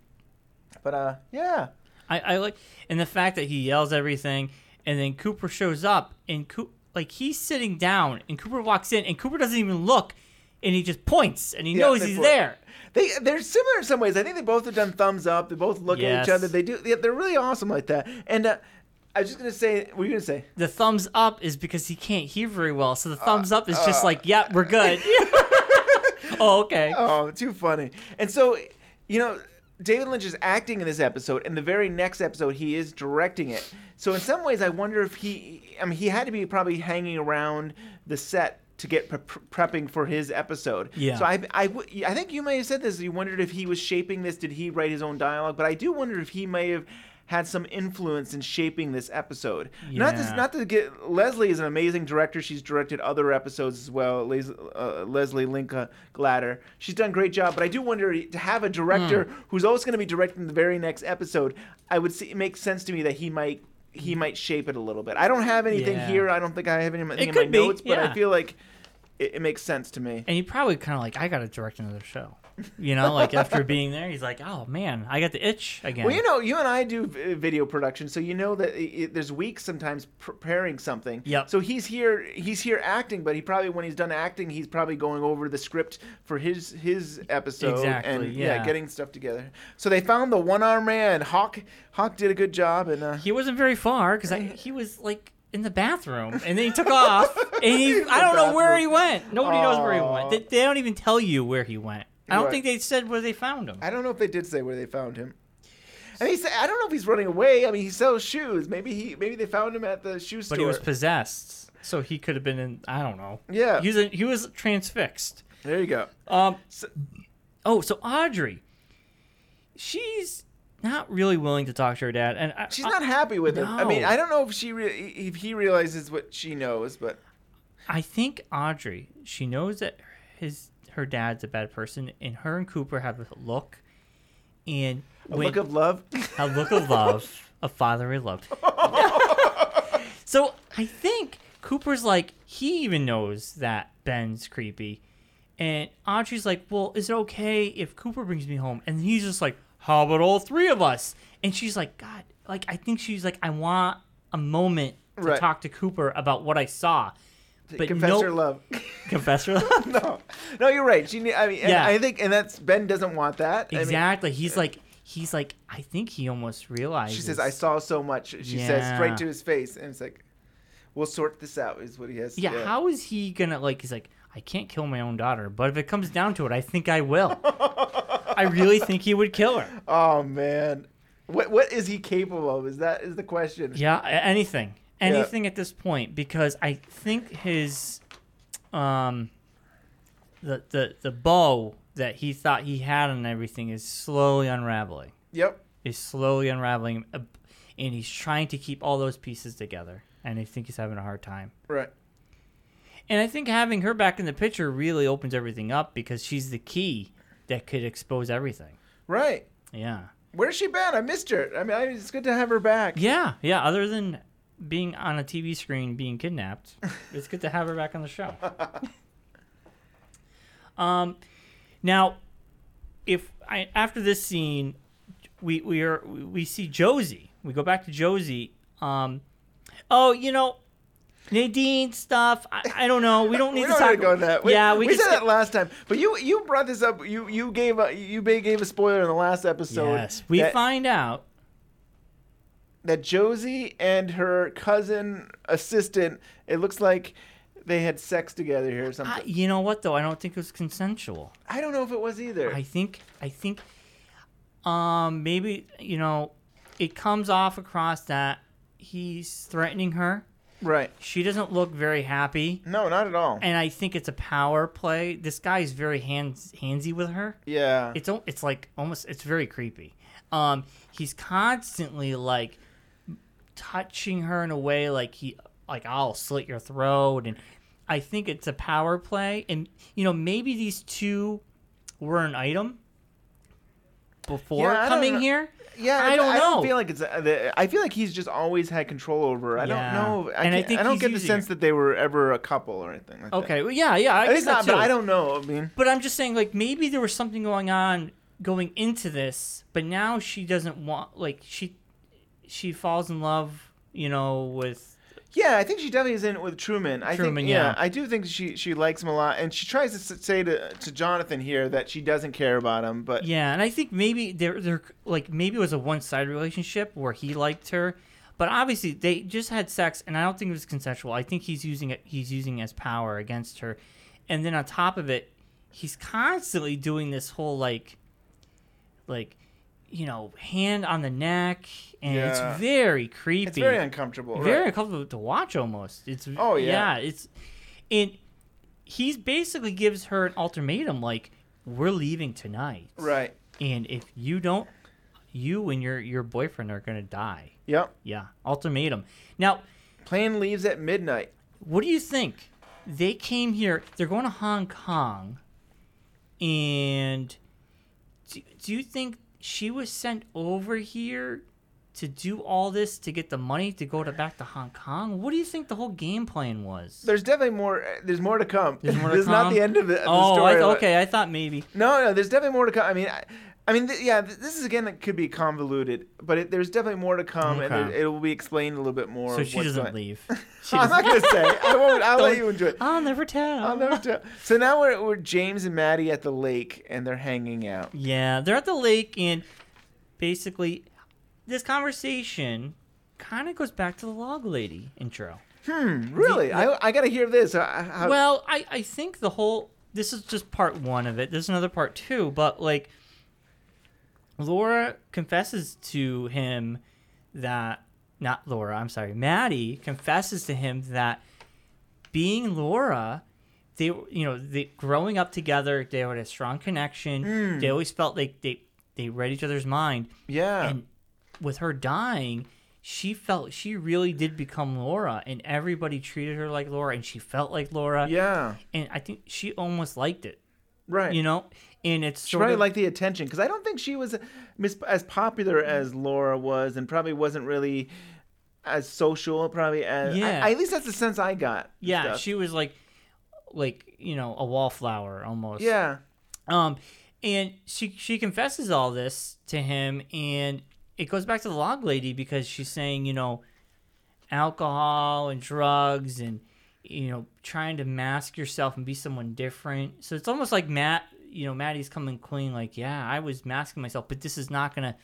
M: But uh, yeah.
L: I, I like and the fact that he yells everything and then Cooper shows up and Coop like he's sitting down and Cooper walks in and Cooper doesn't even look and he just points and he
M: Yeah,
L: knows
M: they
L: he's
M: point.
L: there.
M: They they're similar in some ways. I think they both have done thumbs up. They both look at
L: Yes.
M: each other. They do. Yeah, they're really awesome like that. And uh, I was just gonna say, what were you gonna say?
L: The thumbs up is because he can't hear very well, so the
M: Uh,
L: thumbs up is just like, "Yep, we're
M: *laughs*
L: good." *laughs* oh, okay.
M: Oh, too funny. And so, you know, David Lynch is acting in this episode, and the very next episode he is directing it. So in some ways, I wonder if he, I mean, he had to be probably hanging around the set to get pre- prepping for his episode.
L: Yeah.
M: So I, I, w- I think you may have said this. You wondered if he was shaping this. Did he write his own dialogue? But I do wonder if he may have had some influence in shaping this episode. Not to,
L: Yeah.
M: not to get Leslie is an amazing director. She's directed other episodes as well. Les, uh, Leslie Linka Glatter. She's done a great job. But I do wonder to have a director
L: Hmm.
M: who's always going to be directing the very next episode. I would see it makes sense to me that he might he might shape it a little bit. I don't have anything
L: Yeah.
M: here. I don't think I have anything
L: It
M: in my
L: could be,
M: notes. But
L: yeah.
M: I feel like it, it makes sense to me.
L: And he probably kind of like, "I got to direct another show." You know, like after being there, he's like, "Oh man, I got the itch again."
M: Well, you know, you and I do v- uh, video production, so you know that i i there's weeks sometimes preparing something.
L: Yep.
M: So he's here, he's here acting, but he probably when he's done acting, he's probably going over the script for his his episode
L: Exactly,
M: and
L: yeah.
M: getting stuff together. So they found the one arm man. Hawk Hawk did a good job, and uh,
L: he wasn't very far because he was like in the bathroom and then he took off and he i don't know where he went nobody knows where he went
M: Aw.
L: they, they don't even tell you where he went i don't
M: Right.
L: think they said where they found him
M: I don't know if they did say where they found him. I mean, he said, I don't know if he's running away. I mean, he sells shoes. Maybe he maybe they found him at the shoe store.
L: but he was possessed so he could have been in i don't know
M: Yeah.
L: he was, he was transfixed
M: there you go.
L: um oh so audrey she's not really willing to talk to her dad and I,
M: She's
L: I-
M: not happy with him. I mean,
L: No.
M: I don't know if she re- if he realizes what she knows, but
L: I think Audrey, she knows that his her dad's a bad person, and her and Cooper have a look, and
M: a
L: when-
M: look of love.
L: a look of love, a fatherly
M: *laughs*
L: love. so I think Cooper's like he even knows that Ben's creepy. And Audrey's like, Well, is it okay if Cooper brings me home? And he's just like, How about all three of us? And she's like, God, like, I think she's like, I want a moment to
M: Right.
L: talk to Cooper about what I saw. *laughs* But
M: *laughs* confess
L: no,
M: her love.
L: Confess
M: *laughs*
L: her love?
M: no, no, you're right. She, ne- I mean, and
L: Yeah.
M: I think, and that's Ben doesn't want that. I mean,
L: Exactly. he's like, he's like, I think he almost realized.
M: she says, "I saw so much." She says
L: Yeah.
M: straight to his face, and it's like, "We'll sort this out." Is what he has. to
L: Yeah,
M: do.
L: how is he gonna like? He's like, I can't kill my own daughter, but if it comes down to it, I think I will. I really think he would kill her.
M: Oh man, what what is he capable of? Is that is the question?
L: Yeah, a- anything,
M: Yeah.
L: anything at this point, because I think his, um, the the the bow that he thought he had on everything is slowly unraveling.
M: Yep.
L: Is slowly unraveling, uh, and he's trying to keep all those pieces together, and I think he's having a hard time.
M: Right.
L: And I think having her back in the picture really opens everything up because she's the key that could expose everything.
M: Right.
L: Yeah.
M: Where's she been? I missed her. I mean, I, it's good to have her back.
L: Yeah. Yeah. Other than being on a TV screen being
M: *laughs*
L: kidnapped, it's good to have her back on the show. *laughs* um, now, if I, after this scene, we we are we see Josie. We go back to Josie. Um, oh, you know, Nadine stuff. I, I don't know. We
M: *laughs*
L: don't need
M: we
L: to
M: don't
L: talk
M: need to go into that. We,
L: yeah,
M: we,
L: we, can
M: said
L: skip-
M: that last time. But you you brought this up. You you gave a you ba- gave a spoiler in the last episode.
L: Yes, we
M: that,
L: find out
M: that Josie and her cousin assistant. It looks like they had sex together here or
L: I,
M: something.
L: you know what though? I don't think it was consensual.
M: I, don't know if it was either.
L: I think I think um maybe you know it comes off across that he's threatening her.
M: Right.
L: She doesn't look very happy.
M: No, not at all.
L: And I think it's a power play. This guy is very hands handsy with her.
M: Yeah.
L: It's al- it's like almost it's very creepy. Um he's constantly like touching her in a way like he like I'll slit your throat and I think it's a power play and you know maybe these two were an item before
M: Yeah, I don't
L: coming
M: know.
L: here.
M: Yeah,
L: I don't
M: I
L: know.
M: don't feel like it's. uh, the- I feel like he's just always had control over. her. I
L: Yeah.
M: don't know. I,
L: And I
M: can't-
L: think
M: I don't
L: he's
M: get the
L: using
M: sense that they were ever a couple or anything. Like
L: Okay,
M: That.
L: well, yeah, yeah, I
M: At
L: guess
M: least
L: that
M: not. But
L: too.
M: I don't know. I mean,
L: But I'm just saying, like, maybe there was something going on going into this, but now she doesn't want, like, she she falls in love, you know, with
M: yeah, I think she definitely is in it with Truman. I
L: Truman,
M: think, yeah,
L: yeah.
M: I do think she she likes him a lot, and she tries to s- say to to Jonathan here that she doesn't care about him. But
L: yeah, and I think maybe there there like maybe it was a one sided relationship where he liked her, but obviously they just had sex, and I don't think it was consensual. I think he's using it he's using it as power against her, and then on top of it, he's constantly doing this whole like like you know hand on the neck, and
M: Yeah.
L: it's very creepy.
M: it's very uncomfortable.
L: Very
M: right?
L: uncomfortable to watch almost. It's
M: Oh, yeah.
L: it's and he's basically gives her an ultimatum like we're leaving tonight.
M: Right.
L: And if you don't you and your your boyfriend are going to die.
M: Yep.
L: Yeah, ultimatum. Now,
M: plane leaves at midnight.
L: What do you think? They came here, they're going to Hong Kong and do, do you think she was sent over here to do all this to get the money to go to back to Hong Kong? What do you think the whole game plan was?
M: There's definitely more. There's more to come.
L: There's more to
M: *laughs* this is not
L: come?
M: the end of the, of the
L: Oh, I-
M: story.
L: okay, I thought maybe.
M: No, no. There's definitely more to come. I mean, I, I mean, th- yeah. th- This is again it could be convoluted, but it, there's definitely more to come,
L: Okay.
M: and there, it will be explained a little bit more.
L: So
M: of
L: she
M: what's
L: doesn't
M: going- *laughs*
L: leave.
M: I'm not gonna say. I won't. I'll let
L: Don't- Oh.
M: you enjoy it.
L: I'll never tell.
M: I'll never tell. So now we're, we're James and Maddie at the lake, and they're hanging out.
L: Yeah, they're at the lake, and basically, this conversation kind of goes back to the log lady intro.
M: Hmm. Really? I, I gotta hear this. I, I,
L: well, I, I think the whole this is just part one of it. There's another part two, but like Laura confesses to him that not Laura, I'm sorry, Maddie confesses to him that being Laura, they you know, they growing up together, they had a strong connection.
M: Mm.
L: They always felt like they they read each other's mind.
M: Yeah.
L: And with her dying, she felt she really did become Laura, and everybody treated her like Laura, and she felt like Laura.
M: Yeah.
L: And I think she almost liked it.
M: Right.
L: You know, and it's
M: She
L: sort
M: probably
L: of
M: liked the attention because I don't think she was mis- as popular as Laura was, and probably wasn't really as social. Probably as I-
L: Yeah.
M: I, at least that's the sense I got. and
L: yeah,
M: stuff.
L: she was like, like you know a wallflower almost.
M: Yeah.
L: Um, and she she confesses all this to him, and it goes back to the log lady because she's saying you know, alcohol and drugs and you know trying to mask yourself and be someone different. So it's almost like Matt, you know, Maddie's coming clean. Like, yeah, I was masking myself, but this is not gonna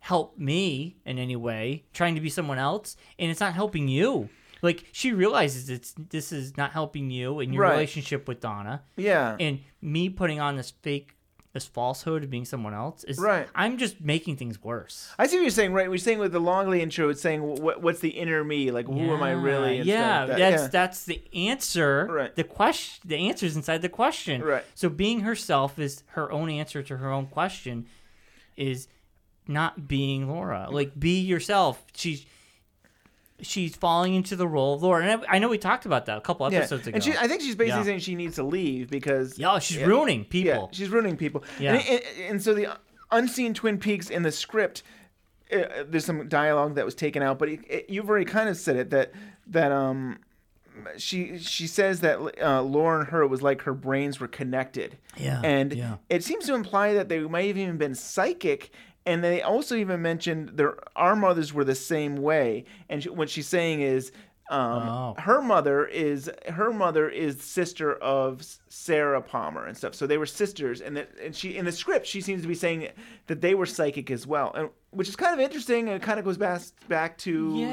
L: help me in any way trying to be someone else and it's not helping you like she realizes it's this is not helping you in your
M: Right.
L: relationship with donna
M: Yeah.
L: and me putting on this fake this falsehood of being someone else is
M: Right.
L: i'm just making things worse
M: I see what you're saying, right? We're saying with the Longley intro, it's saying what, what's the inner me, like who am I really? and stuff
L: yeah
M: like that.
L: that's
M: Yeah.
L: that's the answer right the question the answer is inside the question
M: Right.
L: so being herself is her own answer to her own question is not being laura like be yourself she's she's falling into the role of laura and i, I know we talked about that a couple
M: Yeah.
L: episodes ago
M: And she, I think she's basically
L: Yeah.
M: saying she needs to leave because
L: yeah, she's ruining
M: Yeah,
L: people.
M: she's ruining people.
L: Yeah.
M: And, and, and so the unseen Twin Peaks in the script, uh, there's some dialogue that was taken out, but it, it- you've already kind of said it that that um. She she says that uh, Laura and her was like her brains were connected.
L: Yeah,
M: And
L: Uh, yeah.
M: it seems to imply that they might have even been psychic. And they also even mentioned their our mothers were the same way. And she, what she's saying is, um,
L: Oh.
M: her mother is her mother is sister of S- Sarah Palmer and stuff. So they were sisters. And that and she in the script she seems to be saying that they were psychic as well. And which is kind of interesting. And it kind of goes back back to
L: Yeah.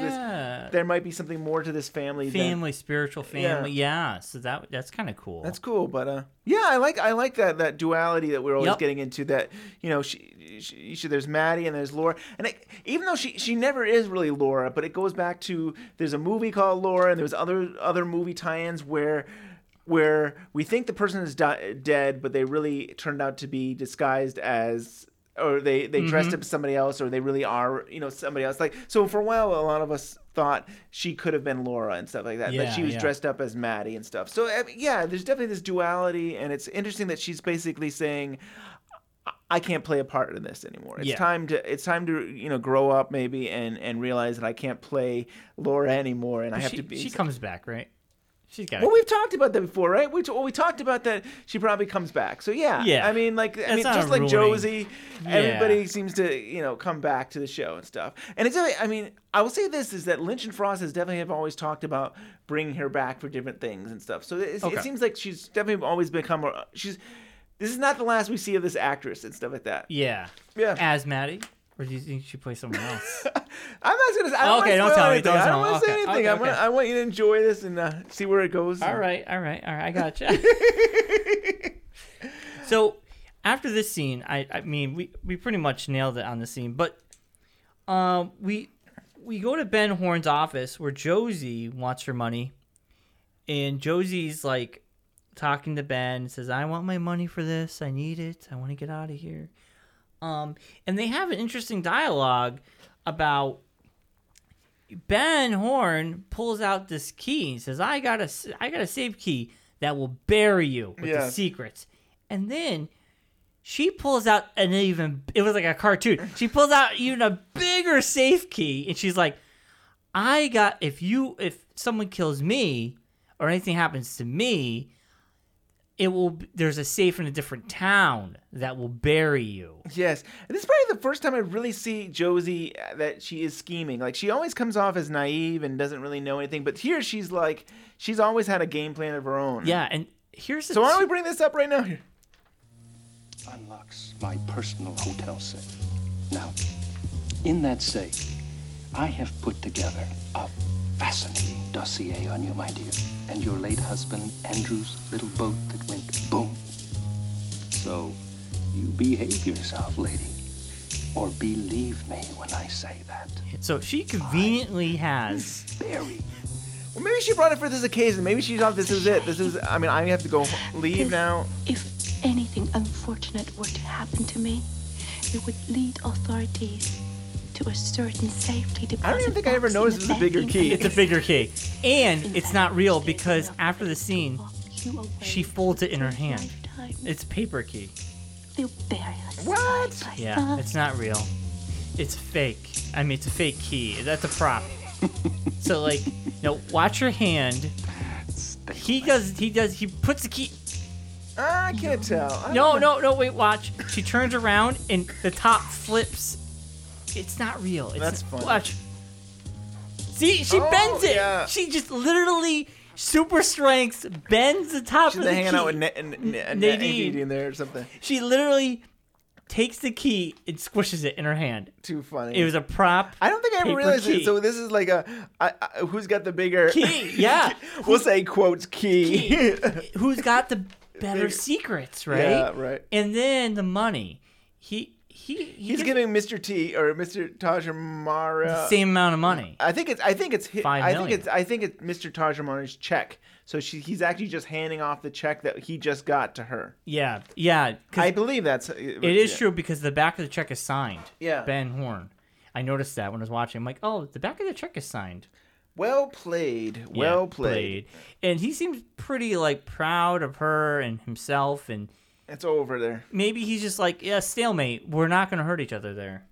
M: this, there might be something more to this family. than-
L: family, spiritual
M: Yeah.
L: family. Yeah. So that that's kind of cool.
M: That's cool, but uh, yeah, I like I like that that duality that we're always
L: Yep.
M: getting into. That you know, she, she, she there's Maddie and there's Laura, and it, even though she she never is really Laura, but it goes back to there's a movie called Laura, and there's other other movie tie-ins where where we think the person is di- dead, but they really turned out to be disguised as. Or they, they dressed
L: Mhm.
M: up as somebody else, or they really are, you know, somebody else. Like so, for a while, a lot of us thought she could have been Laura and stuff like that,
L: Yeah,
M: but she was
L: yeah.
M: dressed up as Maddie and stuff. So I mean, yeah, there's definitely this duality, and it's interesting that she's basically saying, "I- "I can't play a part in this anymore. It's
L: Yeah.
M: time to it's time to you know grow up maybe and and realize that I can't play Laura anymore, and I
L: But
M: have
L: she,
M: to be."
L: She comes back, right? She's got.
M: well, we've talked about that before, right? We, t- well, we talked about that. She probably comes back. So yeah,
L: Yeah.
M: I mean, like, I
L: That's
M: mean,
L: not
M: just
L: a
M: like
L: ruining-
M: Josie,
L: Yeah.
M: everybody seems to, you know, come back to the show and stuff. And it's, I mean, I will say this is that Lynch and Frost has definitely have always talked about bringing her back for different things and stuff. So it's,
L: Okay.
M: it seems like she's definitely always become. a- She's this is not the last we see of this actress and stuff like that.
L: yeah.
M: Yeah.
L: As Maddie, or do you think she plays someone else?
M: I'm not gonna. I don't
L: Okay,
M: wanna
L: don't
M: spoil
L: tell me,
M: anything.
L: don't
M: I
L: tell
M: don't
L: me.
M: want to say
L: Okay, okay,
M: anything. I want.
L: okay.
M: I want you to enjoy this and uh, see where it goes.
L: all right, all right, all right. I gotcha. *laughs* so after this scene, I I mean we we pretty much nailed it on the scene, but um we we go to Ben Horn's office where Josie wants her money, and Josie's like talking to Ben says, "I want my money for this. I need it. I want to get out of here." Um, and they have an interesting dialogue about Ben Horn pulls out this key and says, "I got a, s- I got a safe key that will bury you with
M: Yeah.
L: the secrets." And then she pulls out an even it was like a cartoon. She pulls out even a bigger safe key and she's like, "I got if you if someone kills me or anything happens to me, it will there's a safe in a different town that will bury you."
M: Yes, and this is probably the first time I really see Josie uh, that she is scheming. Like she always comes off as naive and doesn't really know anything, but here she's like she's always had a game plan of her own.
L: Yeah, and here's the
M: so why don't
L: t-
M: we bring this up right now? Here,
N: unlocks my personal hotel safe. Now, in that safe, I have put together a fascinating dossier on you, my dear, and your late husband Andrew's little boat that went boom. So, you behave yourself, lady, or believe me when I say that.
L: So she conveniently has
M: well, maybe she brought it for this occasion. Maybe she thought this is it. This is. I mean, I have to go h- leave now.
O: If anything unfortunate were to happen to me, it would lead authorities to a certain safety deposit.
M: I don't even think I ever noticed it was a bigger
L: *laughs*
M: key.
L: It's a bigger key, and it's not real because after the scene, she folds it in her hand. It's a paper key.
O: They'll bury us.
M: What?
L: Yeah, it's not real. It's fake. I mean, it's a
M: *laughs*
L: fake key. That's a prop. so like, no, watch your hand. He does. He does. He puts the key.
M: I can't tell. I
L: No,
M: don't
L: no, no. Wait, watch. She turns around and the top flips. It's not real. It's
M: That's
L: not,
M: funny.
L: Watch. See, she
M: Oh,
L: bends it.
M: yeah.
L: She just literally super strength bends the top
M: She's
L: of the key.
M: hanging out with Na- N- N- N-
L: Nadine.
M: Nadine in there or something.
L: She literally takes the key and squishes it in her hand.
M: Too funny.
L: It was a prop.
M: I don't think I ever
L: paper
M: realized
L: key.
M: it. So this is like a I, I, who's got the bigger
L: Key, yeah.
M: we'll say quotes key.
L: Who's got
M: *laughs*
L: the better
M: Bigger.
L: secrets, right?
M: Yeah, right.
L: And then the money. He he, he
M: He's uh,
L: gets
M: giving Mr. T or Mr. Tajamara
L: the same amount of money.
M: I think it's I think it's hi-
L: Five
M: I think
L: million.
M: it's I think it's Mr. Tajamara's check. So she, he's actually just handing off the check that he just got to her.
L: Yeah, yeah. 'cause
M: I believe that's uh,
L: It is true because the back of the check is signed.
M: Yeah.
L: Ben Horn. I noticed that when I was watching. I'm like, oh, the back of the check is signed.
M: Well played.
L: Yeah,
M: Well played.
L: And he seems pretty like proud of her and himself, and
M: It's over there.
L: maybe he's just like, yeah, stalemate. We're not gonna hurt each other there.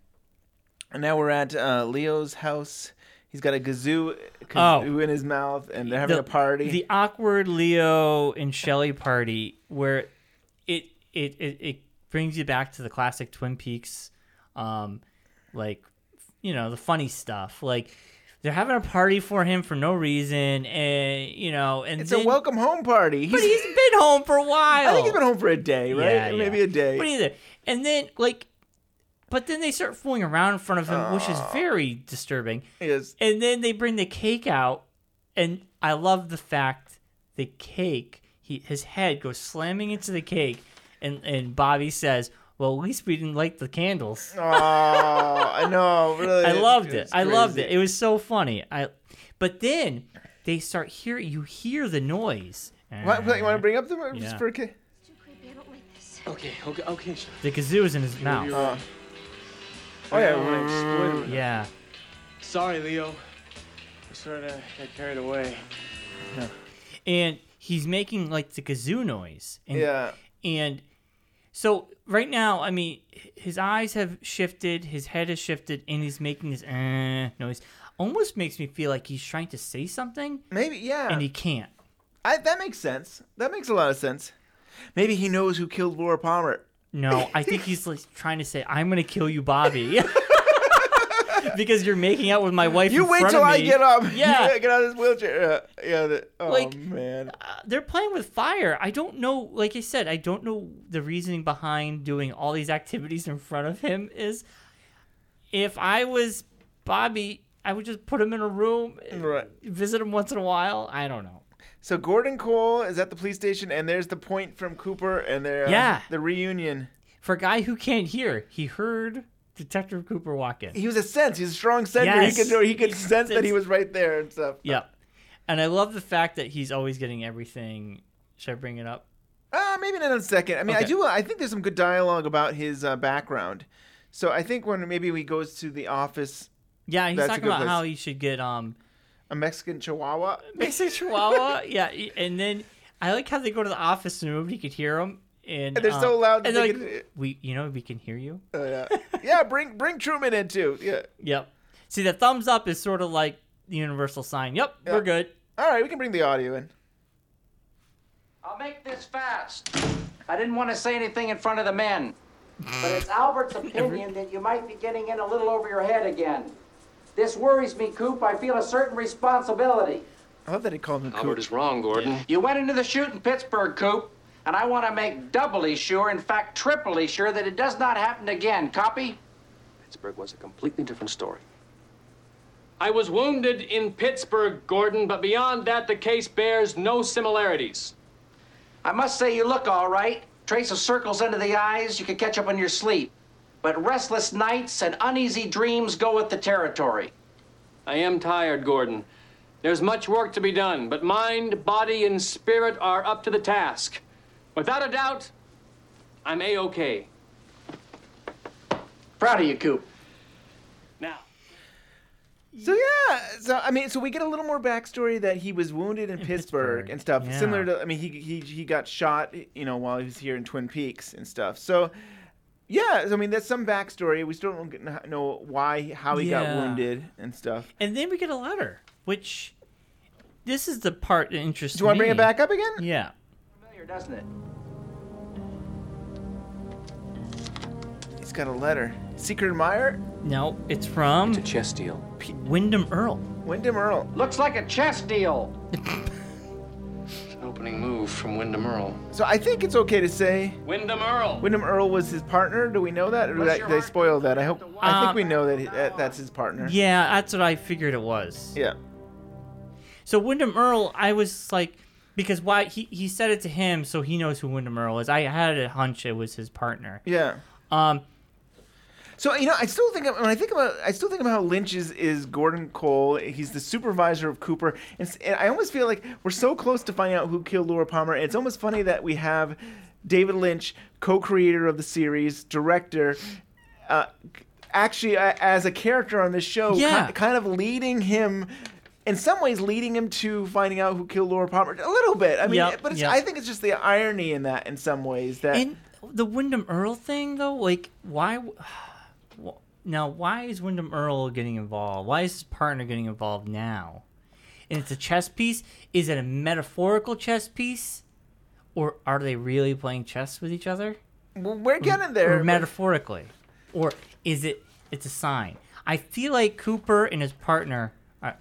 M: And now we're at uh, Leo's house. He's got a kazoo,
L: Oh.
M: kazoo in his mouth, and they're having
L: the,
M: a party.
L: The awkward Leo and Shelly party where it it, it it brings you back to the classic Twin Peaks um like you know, the funny stuff. Like they're having a party for him for no reason and you know and
M: it's
L: then,
M: a welcome home party.
L: But he's been home for a while.
M: I think he's been home for a day, right?
L: Yeah, yeah.
M: Maybe a day.
L: But either. And then like but then they start fooling around in front of him, which is very disturbing.
M: Yes.
L: And then they bring the cake out, and I love the fact the cake, he, his head goes slamming into the cake, and, and Bobby says, Well, at least we didn't light the candles.
M: oh, I know. Really,
L: I loved it.
M: it's
L: I loved
M: crazy.
L: it. It was so funny. I, But then they start hearing, you hear the noise.
M: What, what, you want to bring up the
L: Yeah.
M: for a kid?
N: Okay, okay, okay. sure.
L: The kazoo is in his mouth.
M: Uh,
N: Oh, yeah,
P: um,
N: right. Just wait a minute.
L: Yeah.
N: Sorry, Leo. I sort of got carried away.
L: and he's making like the kazoo noise. And,
M: Yeah.
L: And so right now, I mean, h- his eyes have shifted, his head has shifted, and he's making this eh noise. Almost makes me feel like he's trying to say something,
M: Maybe, yeah.
L: and he can't.
M: I, that makes sense. That makes a lot of sense. Maybe he knows who killed Laura Palmer.
L: No, I think he's like trying to say, "I'm gonna kill you, Bobby." *laughs* Because you're making out with my wife.
M: You
L: in
M: wait
L: front
M: till
L: of
M: I
L: me.
M: get up. *laughs*
L: Yeah,
M: You get out of this wheelchair. Uh, yeah. The, oh
L: Like,
M: man.
L: uh, they're playing with fire. I don't know, like I said, I don't know the reasoning behind doing all these activities in front of him is if I was Bobby, I would just put him in a room, uh,
M: Right.
L: visit him once in a while. I don't know.
M: So Gordon Cole is at the police station, and there's the point from Cooper, and their uh,
L: Yeah.
M: the reunion.
L: For a guy who can't hear, he heard Detective Cooper walk in.
M: He was a sense. He's a strong sense.
L: Yes.
M: He could he could sense that he
L: Sense.
M: was right there and stuff.
L: Yep. And I love the fact that he's always getting everything. Should I bring it up?
M: Uh, maybe not in a second. I mean, I
L: Okay.
M: do. uh, I think there's some good dialogue about his uh, background. So I think when maybe he goes to the office,
L: Yeah, he's
M: That's a
L: talking
M: good
L: about
M: place.
L: how he should get um
M: a Mexican Chihuahua.
L: *laughs* Mexican Chihuahua. yeah, y- and then I like how they go to the office and nobody could hear them, and,
M: And they're
L: uh,
M: so loud
L: And
M: that
L: they're
M: they
L: like,
M: could-
L: "We, you know, we can hear you."
M: *laughs* Oh, yeah. yeah, bring bring Truman in too. Yeah.
L: Yep. See, the thumbs up is sort of like the universal sign. Yep,
M: Yeah.
L: we're good.
M: All right, we can bring the audio in.
E: I'll make this fast. I didn't want to say anything in front of the men, but it's Albert's opinion that you might be getting in a little over your head again. This worries me, Coop. I feel a certain responsibility.
M: I love that he called him.
A: Albert
M: Coop.
A: is wrong, Gordon.
E: You went into the shoot in Pittsburgh, Coop, and I want to make doubly sure, in fact, triply sure, that it does not happen again. Copy?
A: Pittsburgh was a completely different story. I was wounded in Pittsburgh, Gordon, but beyond that, the case bears no similarities.
E: I must say, you look all right. Trace of circles under the eyes, you can catch up on your sleep. But restless nights and uneasy dreams go with the territory.
A: I am tired, Gordon. There's much work to be done, but mind, body, and spirit are up to the task. Without a doubt, I'm A OK.
E: Proud of you, Coop.
A: Now,
M: So yeah, so I mean, so we get a little more backstory that he was wounded in, Pittsburgh, and stuff.
L: yeah.
M: Similar to, I mean, he he he got shot, you know, while he was here in Twin Peaks and stuff. So yeah, I mean, that's some backstory. We still don't get- know why, how he
L: Yeah.
M: got wounded and stuff.
L: And then we get a letter, which This is the part that interests me.
M: Do you want to bring it back up again?
L: Yeah.
E: Familiar, doesn't it?
M: He's got a letter. Secret admirer?
L: No, it's from. It's
A: a chess deal.
L: Wyndham Earl.
M: Wyndham Earl.
E: Looks like a chess deal.
A: It's an *laughs* opening move from Wyndham Earl.
M: So I think it's okay to say
A: Wyndham Earl.
M: Wyndham Earl was his partner. Do we know that, or did I, did I spoil that? I hope. I think we know that he, that- that's his partner.
L: Yeah, that's what I figured it was.
M: Yeah.
L: So Wyndham Earl, I was like, because why he he said it to him, so he knows who Wyndham Earl is. I had a hunch it was his partner.
M: Yeah.
L: Um.
M: So you know, I still think when I think about, I still think about how Lynch is, is Gordon Cole. He's the supervisor of Cooper, and, s- and I almost feel like we're so close to finding out who killed Laura Palmer. And it's almost funny that we have David Lynch, co-creator of the series, director, uh, actually uh, as a character on this show, ki-
L: Yeah.
M: kind of leading him. In some ways, leading him to finding out who killed Laura Palmer a little bit. I mean,
L: Yep,
M: but it's,
L: yep.
M: I think it's just the irony in that, in some ways, that
L: And the Wyndham Earl thing, though, like why? *sighs* w- wh- Now, why is Wyndham Earl getting involved? Why is his partner getting involved now? And it's a chess piece. Is it a metaphorical chess piece, or are they really playing chess with each other?
M: Well, we're
L: Mm,
M: getting there.
L: Or
M: but-
L: metaphorically, or is it? It's a sign. I feel like Cooper and his partner are,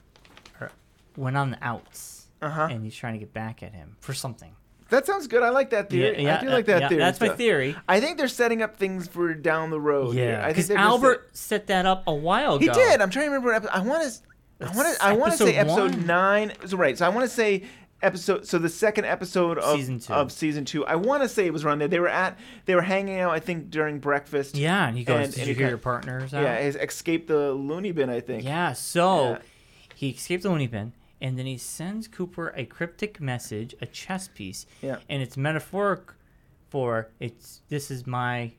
L: are went on the outs, uh-huh. and he's trying to get back at him for something.
M: That sounds good. I like that theory.
L: yeah,
M: I do like
L: uh,
M: that
L: yeah,
M: theory.
L: that's my
M: stuff.
L: theory.
M: I think they're setting up things for down the road. here. I think
L: because
M: they're just
L: Albert set that up a while
M: He
L: ago.
M: did. I'm trying to remember. What epi- I want to. I want to. I want to say
L: episode
M: episode
L: one.
M: nine. So right. So I want to say episode. So the second episode of
L: Season two.
M: of season two. I want to say it was around there. They were at. They were hanging out. I think during breakfast.
L: Yeah, and he goes,
M: And-
L: "Did
M: and
L: you
M: he
L: hear
M: got-
L: your partners out?"
M: Yeah, his escape the loony bin. I think.
L: Yeah, so
M: Yeah.
L: he escaped the loony bin, and then he sends Cooper a cryptic message, a chess piece.
M: Yeah.
L: And it's metaphoric for it's this is my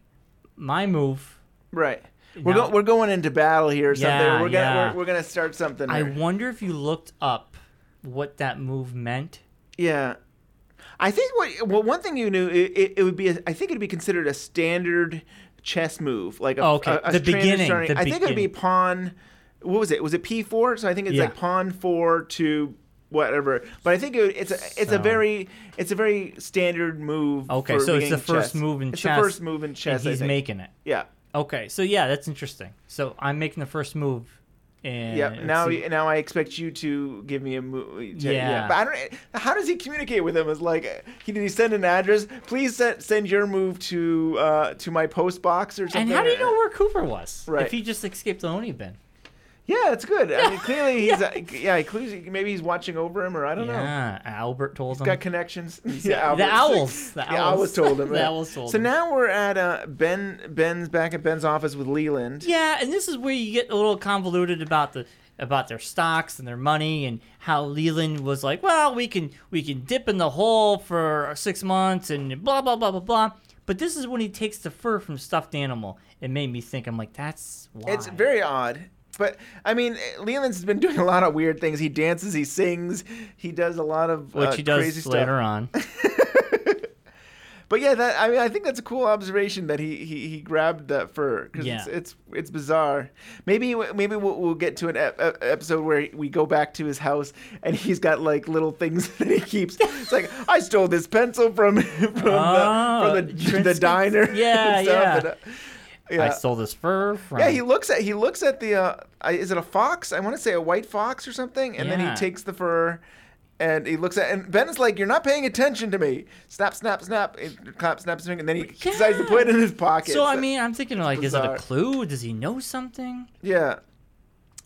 L: my move.
M: Right. We're
L: Now-
M: going. We're going into battle here. Something.
L: Yeah,
M: we're gonna.
L: yeah.
M: We're, we're gonna start something.
L: I
M: here.
L: wonder if you looked up what that move meant.
M: Yeah. I think what well one thing you knew it, it, it would be a, I think it'd be considered a standard chess move like a,
L: Oh, okay.
M: a- a
L: The
M: standard
L: beginning,
M: starting-
L: the
M: I think it'd be
L: beginning.
M: pawn. What was it? Was it p four? So I think it's
L: Yeah.
M: like pawn four to whatever. But I think it, it's a, it's a
L: So-
M: very it's a very standard move.
L: Okay,
M: for
L: so it's the
M: beginning
L: first
M: chess.
L: move in
M: it's
L: chess.
M: The first move in chess.
L: And he's
M: I think.
L: making it.
M: Yeah.
L: Okay, so yeah, that's interesting. So I'm making the first move. And
M: Yep.
L: let's
M: Now,
L: see-
M: now I expect you to give me a movie.
L: Yeah.
M: But I don't. How does he communicate with him? Is like, he did he send an address? Please send send your move to uh to my post box or something.
L: And how do you know where Cooper was?
M: Right.
L: If he just escaped the loony bin.
M: Yeah, it's good. I mean, clearly
L: *laughs*
M: he's yeah. yeah. Clearly, maybe he's watching over him, or I don't know.
L: Yeah, Albert told him.
M: Got connections. *laughs*
L: the owls. The owls.
M: told
L: *laughs*
M: him.
L: The
M: yeah.
L: owls told
M: so
L: him.
M: now we're at uh, Ben. Ben's back at Ben's office with Leland.
L: Yeah, and this is where you get a little convoluted about the about their stocks and their money and how Leland was like, well, we can we can dip in the hole for six months and blah blah blah blah blah. But this is when he takes the fur from stuffed animal. It made me think. I'm like, that's why.
M: It's very odd. But I mean, Leland's been doing a lot of weird things. He dances, he sings, he does a lot of
L: which
M: uh,
L: he does
M: crazy stuff.
L: later on.
M: *laughs* But yeah, that I mean, I think that's a cool observation that he he, he grabbed that fur because it's,
L: Yeah.
M: it's it's bizarre. Maybe w- maybe we'll, we'll get to an ep- ep- episode where we go back to his house and he's got like little things *laughs* that he keeps. It's like I stole this pencil from *laughs* from
L: Oh,
M: the from the, the
L: transcripts.
M: diner. *laughs* and
L: Yeah,
M: stuff.
L: yeah.
M: And, uh, yeah.
L: I stole this fur from.
M: Yeah, he looks at he looks at the uh, I- is it a fox? I want to say a white fox or something, and then
L: Yeah.
M: he takes the fur, and he looks at and Ben is like, "You're not paying attention to me." Snap, snap, snap, and clap, snap, snap, and then he decides to put it in his pocket.
L: so I mean, I'm thinking like, is it
M: bizarre.
L: a clue? Does he know something?
M: yeah,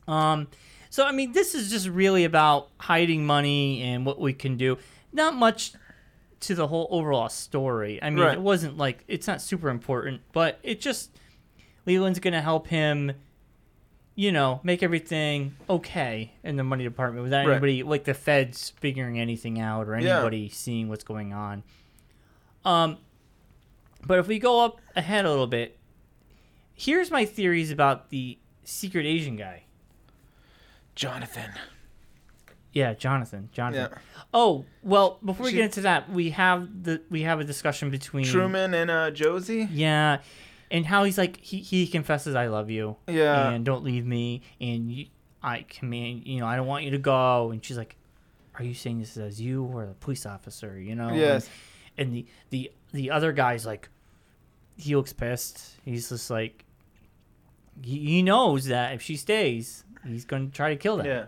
L: Um, so I mean, this is just really about hiding money and what we can do. Not much to the whole overall story. I mean,
M: Right.
L: it wasn't like it's not super important, but it just Leland's gonna help him, you know, make everything okay in the money department without
M: Right.
L: anybody like the feds figuring anything out or
M: Yeah.
L: anybody seeing what's going on. Um, but if we go up ahead a little bit, here's my theories about the secret Asian guy.
M: Jonathan.
L: Yeah, Jonathan. Jonathan.
M: Yeah.
L: Oh well, before we
M: She-
L: get into that, we have the we have a discussion between
M: Truman and uh, Josie.
L: Yeah, and how he's like he, he confesses I love you.
M: Yeah.
L: and don't leave me, and you, I command you know I don't want you to go, and she's like, are you saying this as you or the police officer? You know.
M: Yes.
L: And, and the the the other guy's like, he looks pissed. He's just like, he, he knows that if she stays, he's going to try to kill them.
M: Yeah.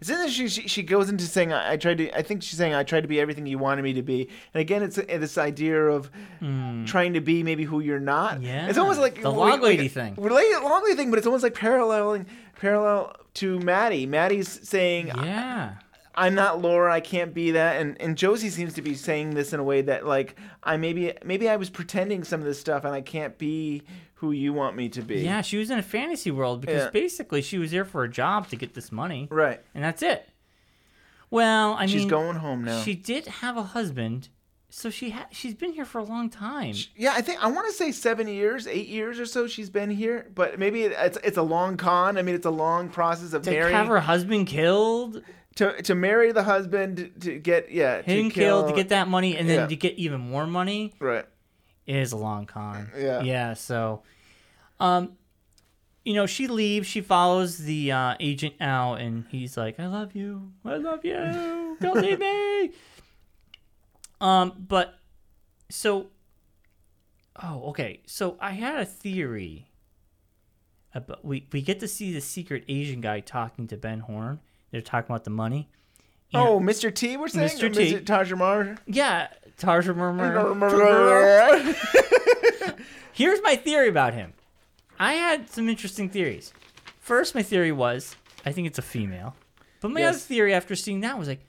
M: It's interesting. She, she goes into saying, I, "I tried to." I think she's saying, "I tried to be everything you wanted me to be." And again, it's uh, this idea of trying to be maybe who you're not.
L: Hmm. Yeah.
M: it's almost like
L: The
M: we-
L: long
M: we-
L: lady thing.
M: Related long lady thing, but it's almost like paralleling parallel to Maddie. Maddie's saying,
L: "Yeah,
M: I'm not Laura. I can't be that." And and Josie seems to be saying this in a way that like I maybe maybe I was pretending some of this stuff, and I can't be who you want me to be.
L: Yeah, she was in a fantasy world because
M: Yeah.
L: basically she was there for a job to get this money.
M: Right.
L: And that's it. Well, I
M: She's
L: mean,
M: going home now.
L: She did have a husband, so she ha- she's been here for a long time.
M: Yeah, I think I want to say seven years, eight years or so she's been here, but maybe it- it's it's a long con. I mean, it's a long process of
L: To
M: marrying.
L: have her husband killed,
M: to to marry the husband to get yeah,
L: him
M: to
L: killed to
M: kill-
L: get that money, and then
M: yeah.
L: to get even more money.
M: Right.
L: It is a long con.
M: Yeah.
L: Yeah. So, um, you know, she leaves. She follows the uh, agent out, and he's like, "I love you. I love
M: *laughs*
L: you. Don't leave me." Um, but so, oh, okay. So I had a theory. About we we get to see the secret Asian guy talking to Ben Horn. They're talking about the money.
M: Oh, Mr. T, we're saying
L: Mr.
M: Or
L: T.
M: Mr. Tajamar.
L: Yeah, Tarja Murmur. Uh-huh.
M: Murmur.
L: Here's my theory about him. I had some interesting theories. First, my theory was I think it's a female. But my
M: Yes.
L: other theory after seeing that was like,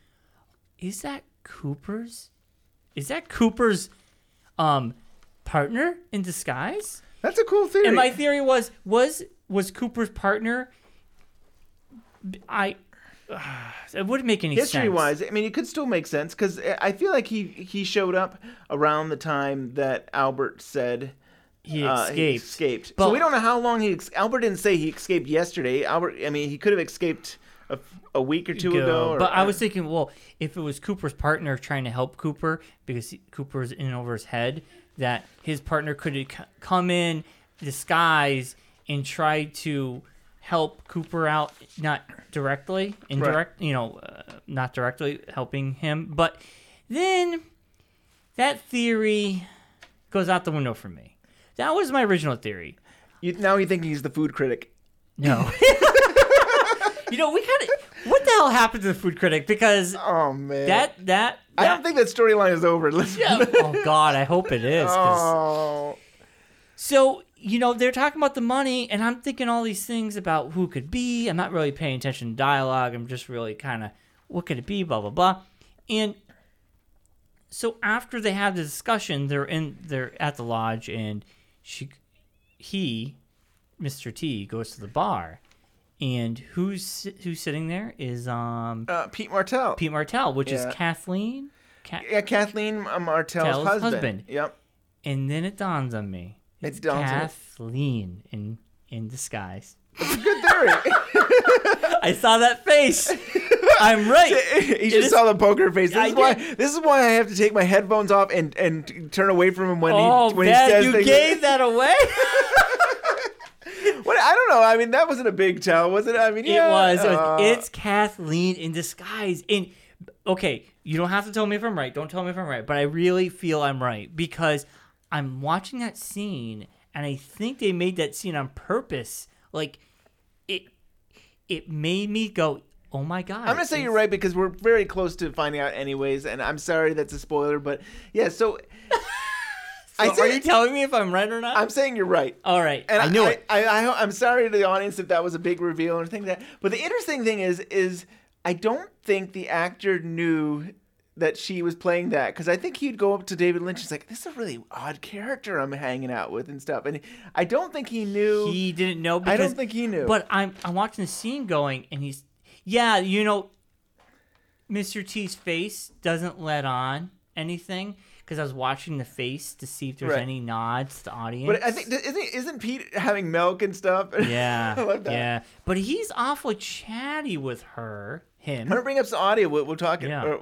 L: is that Cooper's? Is that Cooper's um, partner in disguise?
M: *laughs* That's a cool theory.
L: And my theory was was was Cooper's partner? I *sighs* it wouldn't make any sense.
M: History-wise, I mean, it could still make sense because I feel like he he showed up around the time that Albert said
L: He
M: uh,
L: escaped.
M: escaped.
L: But-
M: so we don't know how long he. Ex- Albert didn't say he escaped yesterday. Albert, I mean, he could have escaped a, a week or two
L: go.
M: ago. or-
L: but I was thinking, well, if it was Cooper's partner trying to help Cooper because he- Cooper's in over his head, that his partner could have c- come in disguise and try to help Cooper out, not directly, indirect, you know, uh, not directly helping him. But then that theory goes out the window for me. That was my original theory.
M: You, now you think he's the food critic.
L: No. *laughs* you know, we kind of what the hell happened to the food critic? Because
M: oh man,
L: that that,
M: I don't think that storyline is over. *laughs*
L: *laughs*
M: Listen.
L: yeah. oh god, I hope it is. 'cause-
M: Oh.
L: So you know they're talking about the money, and I'm thinking all these things about who it could be. I'm not really paying attention to dialogue. I'm just really kind of what could it be? Blah blah blah. And so after they have the discussion, they're in they're at the lodge, and she he Mr. T goes to the bar, and who's who's sitting there is um
M: Uh, Pete Martell.
L: Pete Martell, which
M: Yeah.
L: is Kathleen. Ca-
M: Yeah, Kathleen uh, Martell's
L: Tell's
M: husband.
L: husband.
M: Yep.
L: And then it dawns on me.
M: It
L: It's
M: dawns on me.
L: Kathleen in in disguise. *laughs*
M: Good theory. *laughs*
L: I saw that face. I'm right.
M: he
L: It
M: just
L: is-
M: saw the poker face. This
L: I
M: is why.
L: did.
M: This is why I have to take my headphones off and and turn away from him when
L: oh,
M: he when
L: Dad,
M: he says
L: you
M: things.
L: gave that away.
M: What I don't know. I mean, that wasn't a big tell, was it? I mean, yeah,
L: it was. it was-
M: uh,
L: it's Kathleen in disguise. And okay, you don't have to tell me if I'm right. Don't tell me if I'm right. But I really feel I'm right because I'm watching that scene, and I think they made that scene on purpose. Like it, it made me go, "Oh my god!"
M: I'm gonna say you're right because we're very close to finding out, anyways. And I'm sorry that's a spoiler, but yeah.
L: *laughs*
M: So,
L: So are you telling me if I'm right or not?
M: I'm saying you're right.
L: All right,
M: And
L: I knew
M: I,
L: it.
M: I, I, am sorry to the audience if that was a big reveal or anything like that. But the interesting thing is, is I don't think the actor knew that she was playing that because I think he'd go up to David Lynch. He's like, "This is a really odd character I'm hanging out with and stuff." And I don't think he knew.
L: He didn't know.
M: I
L: Because,
M: don't think he knew.
L: But I'm I'm watching the scene going, and he's yeah, you know, Mr. T's face doesn't let on anything because I was watching the face to see if there's
M: Right.
L: any nods to the audience.
M: but I think isn't isn't Pete having milk and stuff? *laughs*
L: yeah,
M: I love that.
L: yeah. But he's awfully chatty with her, him.
M: I'm gonna bring up some audio. We'll, we'll talk.
L: Yeah.
M: or-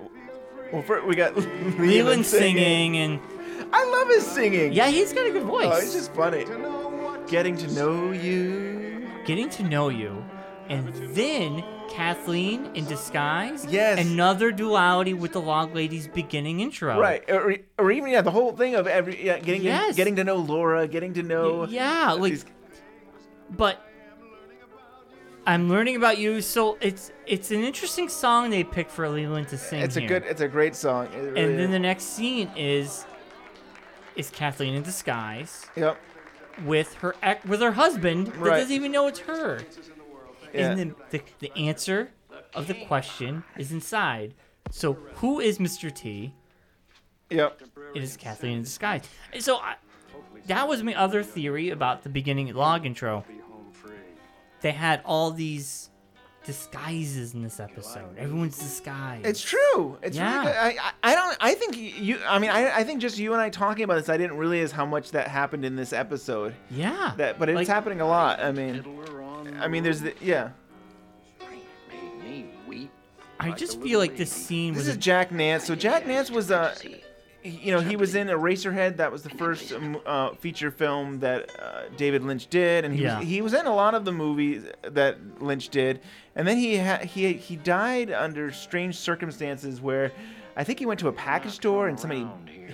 M: well, first
L: *laughs*
M: we got
L: Leland
M: Leland
L: singing and
M: I love his singing.
L: yeah, he's got a good voice.
M: Oh, he's just funny. Getting to know you.
L: getting to know you, and then Kathleen in disguise.
M: Yes.
L: Another duality with the log lady's beginning intro.
M: Right, or, or even yeah, the whole thing of every yeah, getting
L: Oh. Yes.
M: getting to know Laura, getting to know
L: Yeah, like but I'm learning about you, so it's it's an interesting song they picked for Leland to sing.
M: it's a
L: here.
M: good, it's a great song. It really
L: and then
M: is.
L: the next scene is is Kathleen in disguise.
M: Yep.
L: With her ex, with her husband that
M: Right.
L: doesn't even know it's her.
M: Yeah.
L: And the, the the answer of the question is inside. So who is Mr. T?
M: Yep.
L: It is Kathleen in disguise. And So I, that was my other theory about the beginning log intro. They had all these disguises in this episode. Everyone's disguised.
M: It's true. It's
L: Yeah.
M: really good. I, I I don't. I think you. I mean, I, I think just you and I talking about this. I didn't realize how much that happened in this episode.
L: Yeah.
M: That, but it's happening a lot. I mean, I mean, there's the yeah.
L: I just feel like this scene
M: This
L: was.
M: is Jack Nance. So Jack Nance was uh, you know, he was in Eraserhead. That was the first um, uh, feature film that uh, David Lynch did, and he
L: Yeah.
M: was, he was in a lot of the movies that Lynch did. And then he ha- he he died under strange circumstances where. I think he went to a package store and somebody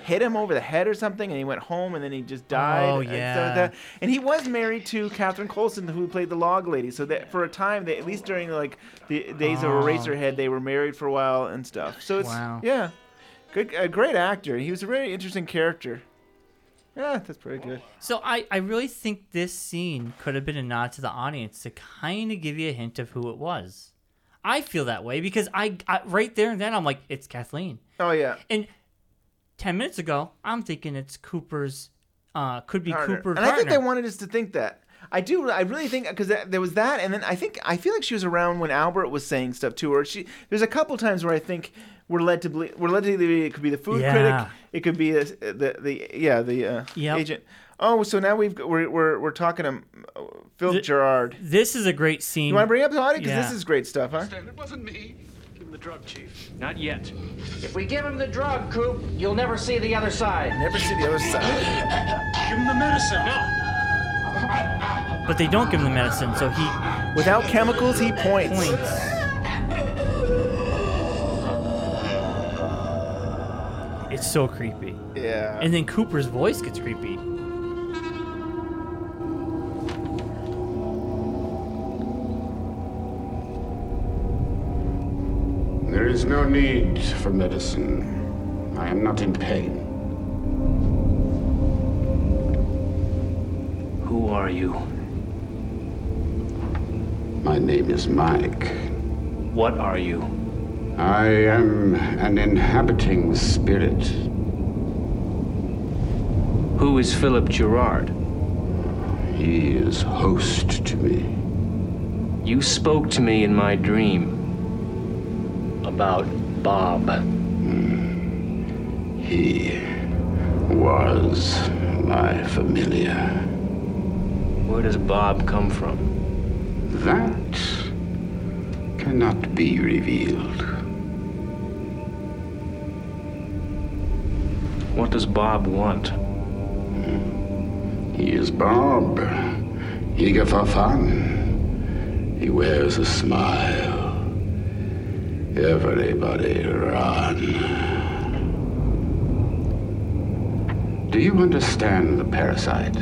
M: hit him over the head or something, and he went home and then he just died.
L: Oh,
M: and stuff like
L: yeah.
M: that. And he was married to Catherine Colson, who played the log lady. So that for a time, they, at least during like the days
L: Oh.
M: of Eraserhead, they were married for a while and stuff. So it's
L: Wow.
M: yeah, good, a great actor. He was a very interesting character. Yeah, that's pretty good.
L: so I, I really think this scene could have been a nod to the audience to kind of give you a hint of who it was. I feel that way because I, I right there and then I'm like, it's Kathleen.
M: Oh yeah,
L: And ten minutes ago, I'm thinking it's Cooper's. Uh, could be
M: Partner.
L: Cooper.
M: And I think they wanted us to think that. I do. I really think because there was that, and then I think I feel like she was around when Albert was saying stuff to her. She there's a couple times where I think we're led to believe we're led to believe it could be the food
L: Yeah.
M: critic, it could be a, the the yeah the uh,
L: Yep.
M: agent. Oh, so now we've got- we're we're, we're talking to um, uh, Phil Gerard.
L: This is a great scene.
M: You want to bring it up the audience because
L: Yeah.
M: this is great stuff, huh?
A: It wasn't me. Give him the drug, Chief. Not yet.
E: If we give him the drug, Coop, you'll never see the other side.
M: Never see the other side.
A: Give him the medicine. No.
L: but they don't give him the medicine, so he
M: Without chemicals, he points.
L: It's so creepy.
M: Yeah.
L: And then Cooper's voice gets creepy.
P: There is no need for medicine. I am not in pain. Who are you? My name is Mike. What are you? I am an inhabiting spirit. Who is Philip Gerard? He is host to me.
N: You spoke to me in my dream about Bob.
P: He was my familiar. Where does Bob come from? That cannot be revealed. What does Bob want? He is Bob, eager for fun. He wears a smile. Everybody run. Do you understand the parasite?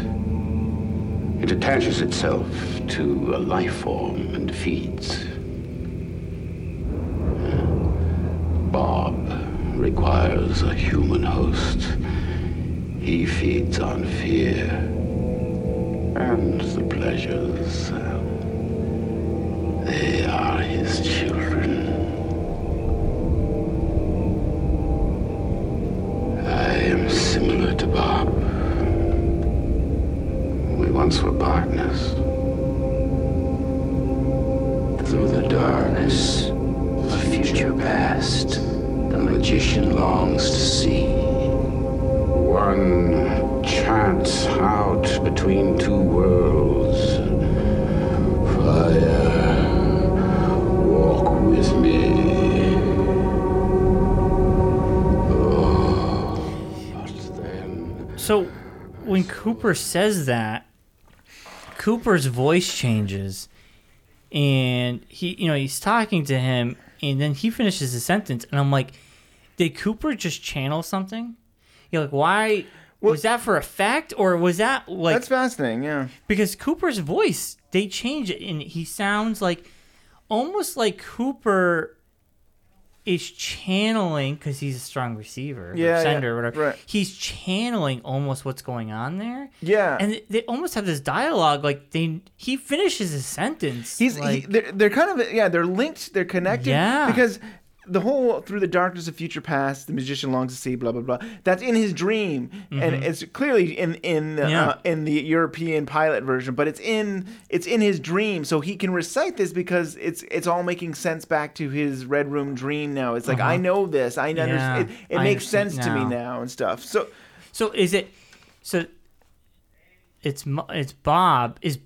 P: It attaches itself to a life form and feeds. Bob requires a human host. He feeds on fear and the pleasures. They are his children. I am similar to Bob. We once were partners. Through the darkness, a future past, the magician longs to see. One chance out between two worlds. Fire, walk with me.
L: So when Cooper says that, Cooper's voice changes, and he you know he's talking to him and then he finishes his sentence and i'm like did cooper just channel something you're like why was that for effect or was that like
M: That's fascinating, yeah.
L: because cooper's voice they change it and he sounds like almost like cooper is channeling because he's a strong receiver
M: Yeah,
L: or
M: yeah,
L: sender or whatever
M: right.
L: he's channeling almost what's going on there
M: Yeah.
L: and they- they almost have this dialogue like they he finishes his sentence
M: He's he-
L: like,
M: they're, they're kind of yeah they're linked they're connected
L: Yeah.
M: because the whole through the darkness of future past the magician longs to see blah blah blah that's in his dream
L: Mhm.
M: and it's clearly in in
L: Yeah.
M: uh, in the European pilot version but it's in it's in his dream so he can recite this because it's it's all making sense back to his red room dream now it's like
L: Uh-huh.
M: I know this I know
L: Yeah,
M: it, it
L: I
M: makes
L: understand
M: sense to me
L: now.
M: now and stuff so
L: So is it? So it's Mo- it's Bob. Is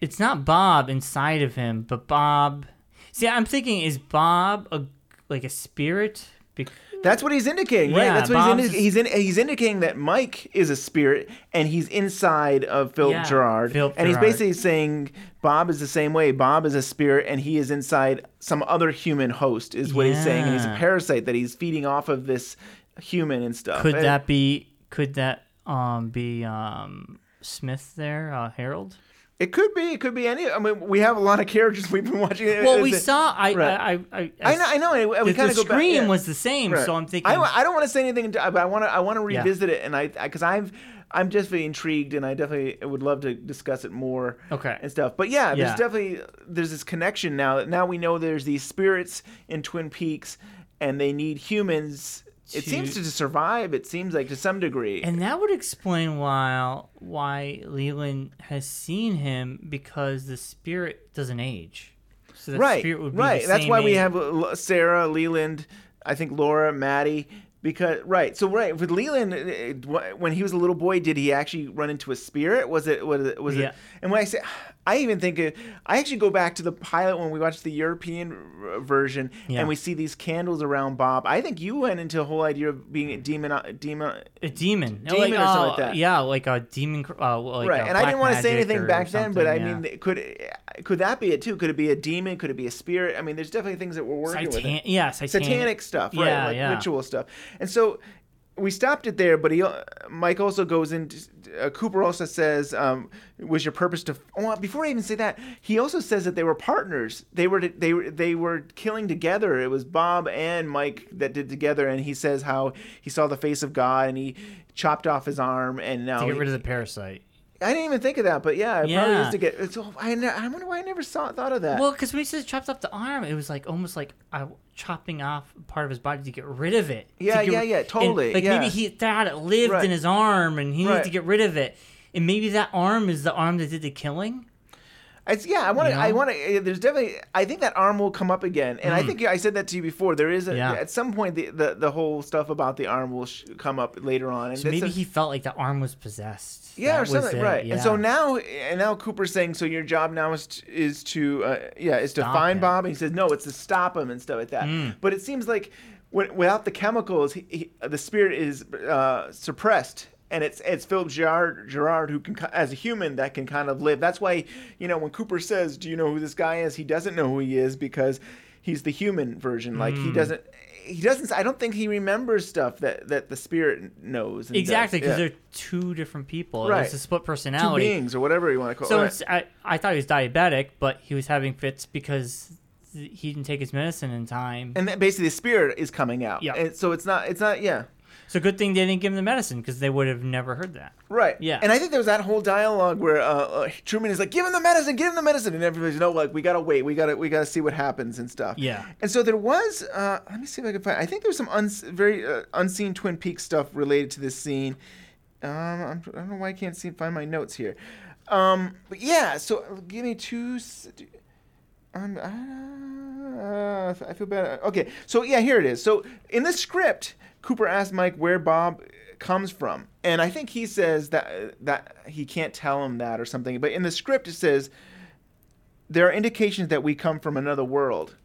L: it's not Bob inside of him, but Bob. See, I'm thinking is Bob a like a spirit? Bec-
M: That's what he's indicating, right?
L: Yeah,
M: That's what he's,
L: Bob's-
M: indi- he's in. He's indicating that Mike is a spirit, and he's inside of Philip
L: Yeah,
M: Gerard,
L: Philip
M: and he's
L: Gerard.
M: basically saying Bob is the same way. Bob is a spirit, and he is inside some other human host, is what he's saying. And he's a
L: Yeah.
M: parasite that he's feeding off of this human and stuff.
L: could
M: And-
L: that be? Could that um be um Smith there? Uh, Harold.
M: It could be. It could be any. I mean, we have a lot of characters we've been watching.
L: Well, we
M: Is it-
L: saw. I
M: Right.
L: I, I, I,
M: I know, I know. And we
L: the-
M: kind
L: the
M: of go back.
L: scream
M: yeah.
L: was the same,
M: Right.
L: so I'm thinking.
M: I, I don't want to say anything, to, but I want to. I want to
L: Yeah.
M: revisit it, and I because I've I'm just very intrigued, and I definitely would love to discuss it more.
L: Okay.
M: And stuff, but yeah,
L: Yeah.
M: there's definitely there's this connection now. that Now we know there's these spirits in Twin Peaks, and they need humans. It
L: To-
M: seems to, to survive. It seems like to some degree.
L: And that would explain why why Leland has seen him because the spirit doesn't age. So that
M: right,
L: spirit would be
M: right.
L: the
M: That's
L: same
M: why we
L: age.
M: have uh, Sarah Leland, I think Laura, Maddie. Because right, so right with Leland, uh, it- it- when he was a little boy, did he actually run into a spirit? Was it was it was
L: Yeah.
M: it? And when I say, I even think it, I actually go back to the pilot when we watched the European r- version,
L: Yeah.
M: and we see these candles around Bob. I think you went into a whole idea of being a demon, a demon,
L: a demon, oh,
M: demon or something like that.
L: Yeah, like a demon. cr- Uh, like
M: right,
L: a
M: and I didn't
L: want to
M: say anything back then, but I
L: yeah.
M: mean, th- could could that be it too? Could it be a demon? Could it be a spirit? I mean, there's definitely things that we're working with.
L: Satan-
M: it.
L: yeah,
M: satanic,
L: satanic-
M: stuff, right?
L: yeah,
M: like
L: yeah.
M: ritual stuff. And so we stopped it there, but he uh, Mike also goes into uh, Cooper also says um, was your purpose to. Oh, before I even say that, he also says that they were partners. They were they were they were killing together. It was Bob and Mike that did together, and he says how he saw the face of God and he chopped off his arm and now
L: to get
M: he-
L: rid of the parasite.
M: I didn't even think of that, but yeah, it probably
L: Yeah.
M: is to get. It's, oh, I, ne- I wonder why I never saw thought of that.
L: Well, because when he says chopped off the arm, it was like almost like I chopping off part of his body to get rid of it. to
M: Yeah,
L: get-
M: yeah, yeah,
L: and,
M: totally,
L: like
M: yeah.
L: maybe he thought it lived
M: Right.
L: in his arm, and he needed
M: Right.
L: to get rid of it. And maybe that arm is the arm that did the killing.
M: it's, yeah, I want to.
L: You
M: I
L: know?
M: want to. There's definitely. I think that arm will come up again, and I
L: Mhm.
M: think I said that to you before. There is a,
L: Yeah.
M: at some point the, the the whole stuff about the arm will sh- come up later on. And
L: So
M: that's
L: maybe
M: a-
L: he felt like the arm was possessed.
M: Yeah,
L: That
M: or
L: was
M: something,
L: it,
M: right?
L: Yeah.
M: And so now, and now Cooper's saying, so your job now is to, is to uh, yeah, is to
L: Stop
M: find
L: him.
M: Bob, and he says no, it's to stop him and stuff like that.
L: Mm.
M: But it seems like when, without the chemicals, he, he, the spirit is uh, suppressed. And it's it's Philip Gerard Gerard who can ki- as a human that can kind of live. That's why you know when Cooper says, "Do you know who this guy is?" He doesn't know who he is because he's the human version. Like he
L: Mm.
M: doesn't he doesn't. I don't think he remembers stuff that that the spirit knows. and does.
L: exactly because
M: Yeah.
L: they're two different people.
M: Right.
L: It's a split
M: Two
L: personality.
M: beings or whatever you want to call
L: So
M: it.
L: it's, I, I thought he was diabetic, but he was having fits because th- he didn't take his medicine in time.
M: and that basically the spirit is coming out.
L: Yeah.
M: And so it's not. It's not. Yeah.
L: so good thing they didn't give him the medicine because they would have never heard that.
M: Right.
L: Yeah.
M: And I think there was that whole dialogue where uh, uh, Truman is like, "Give him the medicine. Give him the medicine," and everybody's no, like, "We gotta wait. We gotta. We gotta see what happens and stuff."
L: Yeah.
M: And so there was. Uh, let me see if I can find. I think there was some uns- very uh, unseen Twin Peaks stuff related to this scene. Um, I'm, I don't know why I can't see find my notes here. Um, but yeah. So uh, give me two. s- Um, uh, I feel bad. Okay. So yeah, here it is. So in the script, Cooper asked Mike where Bob comes from, and I think he says that that he can't tell him that or something. But in the script, it says there are indications that we come from another world.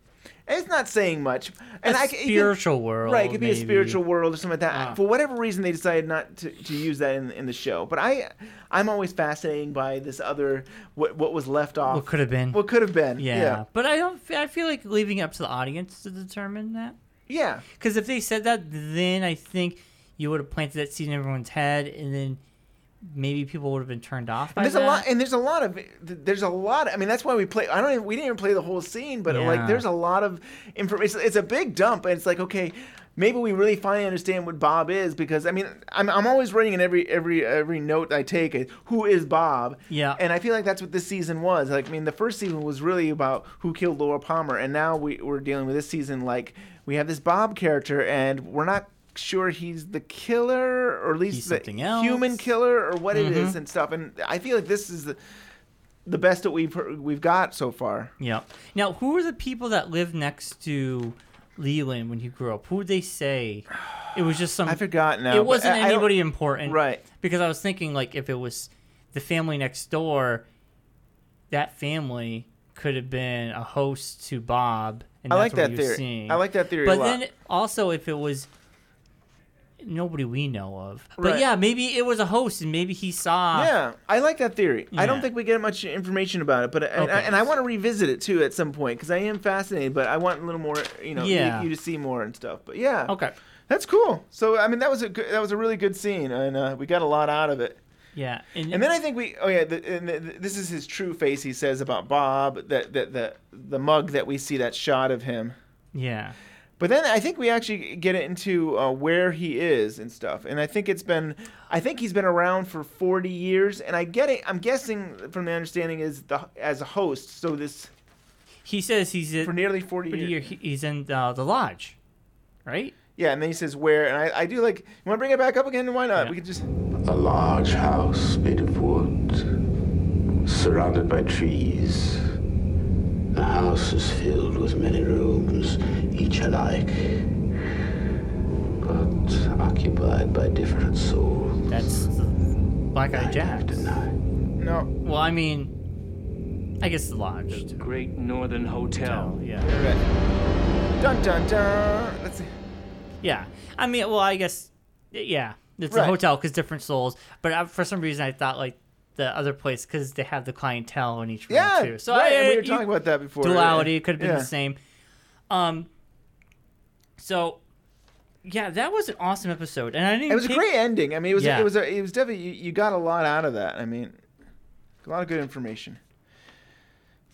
M: It's not saying much.
L: A
M: I c- it can-
L: spiritual world,
M: right? It could be
L: maybe. Ah.
M: a spiritual world or something like that. For whatever reason, they decided not to, to use that in, in the show. But I, I'm always fascinated by this other what what was left off.
L: What could have been.
M: What could have been.
L: Yeah.
M: Yeah.
L: But I don't. I feel like leaving it up to the audience to determine that.
M: Yeah.
L: Because if they said that, then I think you would have planted that seed in everyone's head, and then maybe people would have been turned off by
M: And there's
L: that.
M: a lot, and there's a lot of, there's a lot. I mean, that's why we play. I don't, even, we didn't even play the whole scene, but
L: Yeah.
M: like, there's a lot of information. It's, it's a big dump, and it's like, okay, maybe we really finally understand what Bob is because I mean, I'm, I'm always writing in every every every note I take, uh, who is Bob?
L: Yeah.
M: And I feel like that's what this season was. Like, I mean, the first season was really about who killed Laura Palmer, and now we, we're dealing with this season like we have this Bob character, and we're not sure he's the killer or at least
L: He's
M: the
L: something else.
M: human killer or what it is
L: Mhm.
M: and stuff. And I feel like this is the, the best that we've heard- we've got so far.
L: Yeah. Now, who were the people that lived next to Leland when he grew up? Who would they say? It was just some. I
M: forgot now,
L: Mm. It
M: but
L: wasn't
M: I- I don't-
L: anybody important,
M: Right.
L: Because I was thinking, like, if it was the family next door, that family could have been a host to Bob. And
M: I
L: that's
M: like
L: what
M: that
L: you're
M: theory.
L: Seeing.
M: I like that theory a
L: But
M: lot.
L: then also, if it was nobody we know of, but
M: Right.
L: yeah, maybe it was a host, and maybe he saw.
M: yeah, I like that theory. I
L: uh, Yeah.
M: don't think we get much information about it, but and,
L: Okay.
M: and I want to revisit it too at some point because I am fascinated. But I want a little more, you know, you-
L: Yeah.
M: you, to see more and stuff. But yeah,
L: Okay.
M: that's cool. So I mean, that was a good, that was a really good scene, and uh, we got a lot out of it.
L: Yeah.
M: And then I think we, oh yeah, the, and the, this is his true face. He says about Bob that that the the mug that we see that shot of him.
L: Yeah.
M: But then I think we actually get into uh, where he is and stuff. And I think it's been, I think he's been around for 40 years. And I get it. I'm guessing from the understanding is the as a host. So this
L: He says he's at,
M: for nearly 40
L: but
M: years.
L: he- he's in uh, the lodge, right?
M: Yeah, and then he says where, and I, I do like. You want to bring it back up again? Why not? We could just.
P: A large house made of wood, surrounded by trees. The house is filled with many rooms, each alike, but occupied by different souls.
L: That's the Black Eyed Jack.
M: No.
L: Well, I mean, I guess the lodge. The
A: Great Northern Hotel.
L: Yeah.
M: Dun dun dun. Let's see.
L: Yeah. I mean, well, I guess, yeah, it's a
M: Right.
L: hotel because different souls. But I, for some reason, I thought like the other place because they have the clientele in each room
M: Yeah,
L: too. So
M: right,
L: I,
M: and we were
L: you-
M: talking about that before,
L: Duality
M: yeah.
L: could have been
M: Yeah.
L: the same. Um. So, yeah, that was an awesome episode, and I didn't.
M: It was a
L: think-
M: great ending. I mean, it was
L: Yeah.
M: it was a, it was definitely you, you got a lot out of that. I mean, a lot of good information.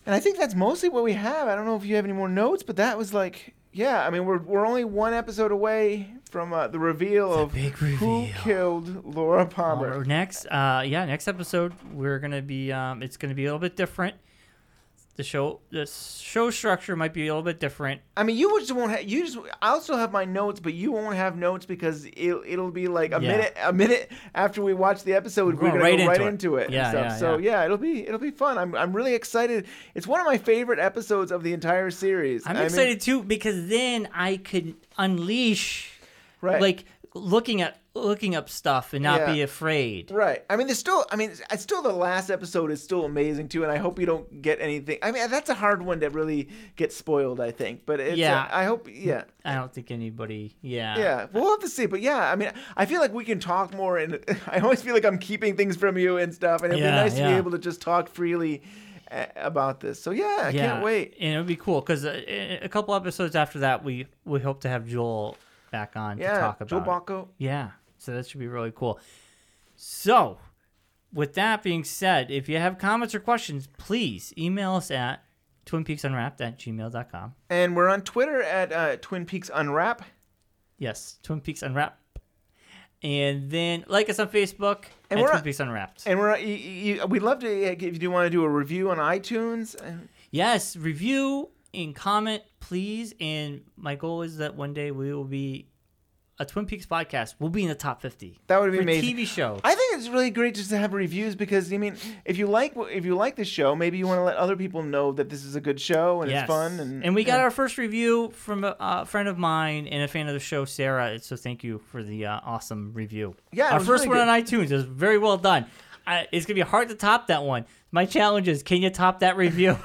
M: And I think that's mostly what we have. I don't know if you have any more notes, but that was like, yeah. I mean, we're we're only one episode away from uh, the reveal of who killed Laura Palmer.
L: Or next, uh, yeah, next episode we're gonna be. Um, it's gonna be a little bit different. The show, the show structure might be a little bit different.
M: I mean, you just won't have you just. I'll still have my notes, but you won't have notes because it'll it'll be like a
L: Yeah.
M: minute a minute after we watch the episode. We're,
L: going
M: gonna
L: right
M: go
L: into
M: right
L: it.
M: into it.
L: Yeah,
M: and stuff.
L: yeah,
M: so yeah, it'll be it'll be fun. I'm I'm really excited. It's one of my favorite episodes of the entire series.
L: I'm
M: I mean-
L: excited too because then I could unleash,
M: Right.
L: Like looking at looking up stuff and not
M: Yeah.
L: be afraid.
M: Right. I mean, there's still. I mean, it's still the last episode is still amazing too, and I hope you don't get anything. I mean, that's a hard one to really get spoiled. I think, but it's, uh,
L: Yeah.
M: I hope. Yeah.
L: I don't think anybody. Yeah.
M: Yeah, we'll have to see. But yeah, I mean, I feel like we can talk more, and *laughs* I always feel like I'm keeping things from you and stuff. And it'd
L: Yeah,
M: be nice to
L: yeah.
M: be able to just talk freely uh, about this. So yeah, I can't wait.
L: And it would be cool because a, couple episodes after that, we we hope to have Joel back on
M: Yeah,
L: to talk about.
M: Joel
L: it.
M: Bacco.
L: Yeah, so that should be really cool. So, with that being said, if you have comments or questions, please email us at twinpeaksunwrapped at gmail.com.
M: And we're on Twitter at uh, Twin Peaks Unwrap.
L: Yes, Twin Peaks Unwrapped. And then like us on Facebook
M: And
L: at
M: we're
L: Twin
M: on-
L: Peaks Unwrapped.
M: And we're you, you, we'd love to uh, if you do want to do a review on iTunes. And
L: Yes, review and comment, please. And my goal is that one day we will be a Twin Peaks podcast. We'll be in the top fifty.
M: That would be
L: For
M: amazing.
L: TV show.
M: I think it's really great just to have reviews because I mean, if you like if you like the show, maybe you want to let other people know that this is a good show and
L: Yes.
M: it's fun. And,
L: we got our first review from a, a friend of mine and a fan of the show, Sarah. So thank you for the uh, awesome review.
M: Yeah, it
L: our
M: was
L: first
M: really
L: one on iTunes is very well
M: *laughs*
L: done. I, it's gonna be hard to top that one. My challenge is, can you top that review?